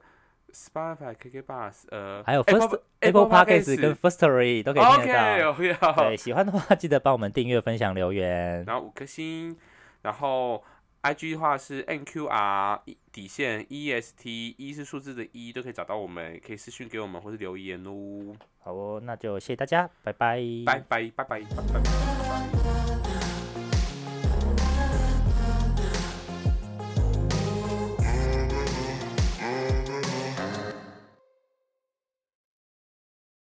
Speaker 1: ，Spotify、KK Bar，呃，
Speaker 2: 哦还有
Speaker 1: Apple
Speaker 2: First
Speaker 1: Apple
Speaker 2: Podcast
Speaker 1: Podcasts
Speaker 2: 跟 First Story 都可以听得
Speaker 1: OK，哦
Speaker 2: 到。
Speaker 1: 有要
Speaker 2: 对，，喜欢的话记得帮我们订阅、分享、留言。
Speaker 1: 然后五颗星，然后 IG 的话是 NQR 底线 EST，一是数字的一，都可以找到我们，可以私讯给我们或是留言哦。
Speaker 2: 好哦，那就谢谢大家，拜拜，
Speaker 1: 拜拜拜拜拜拜。拜拜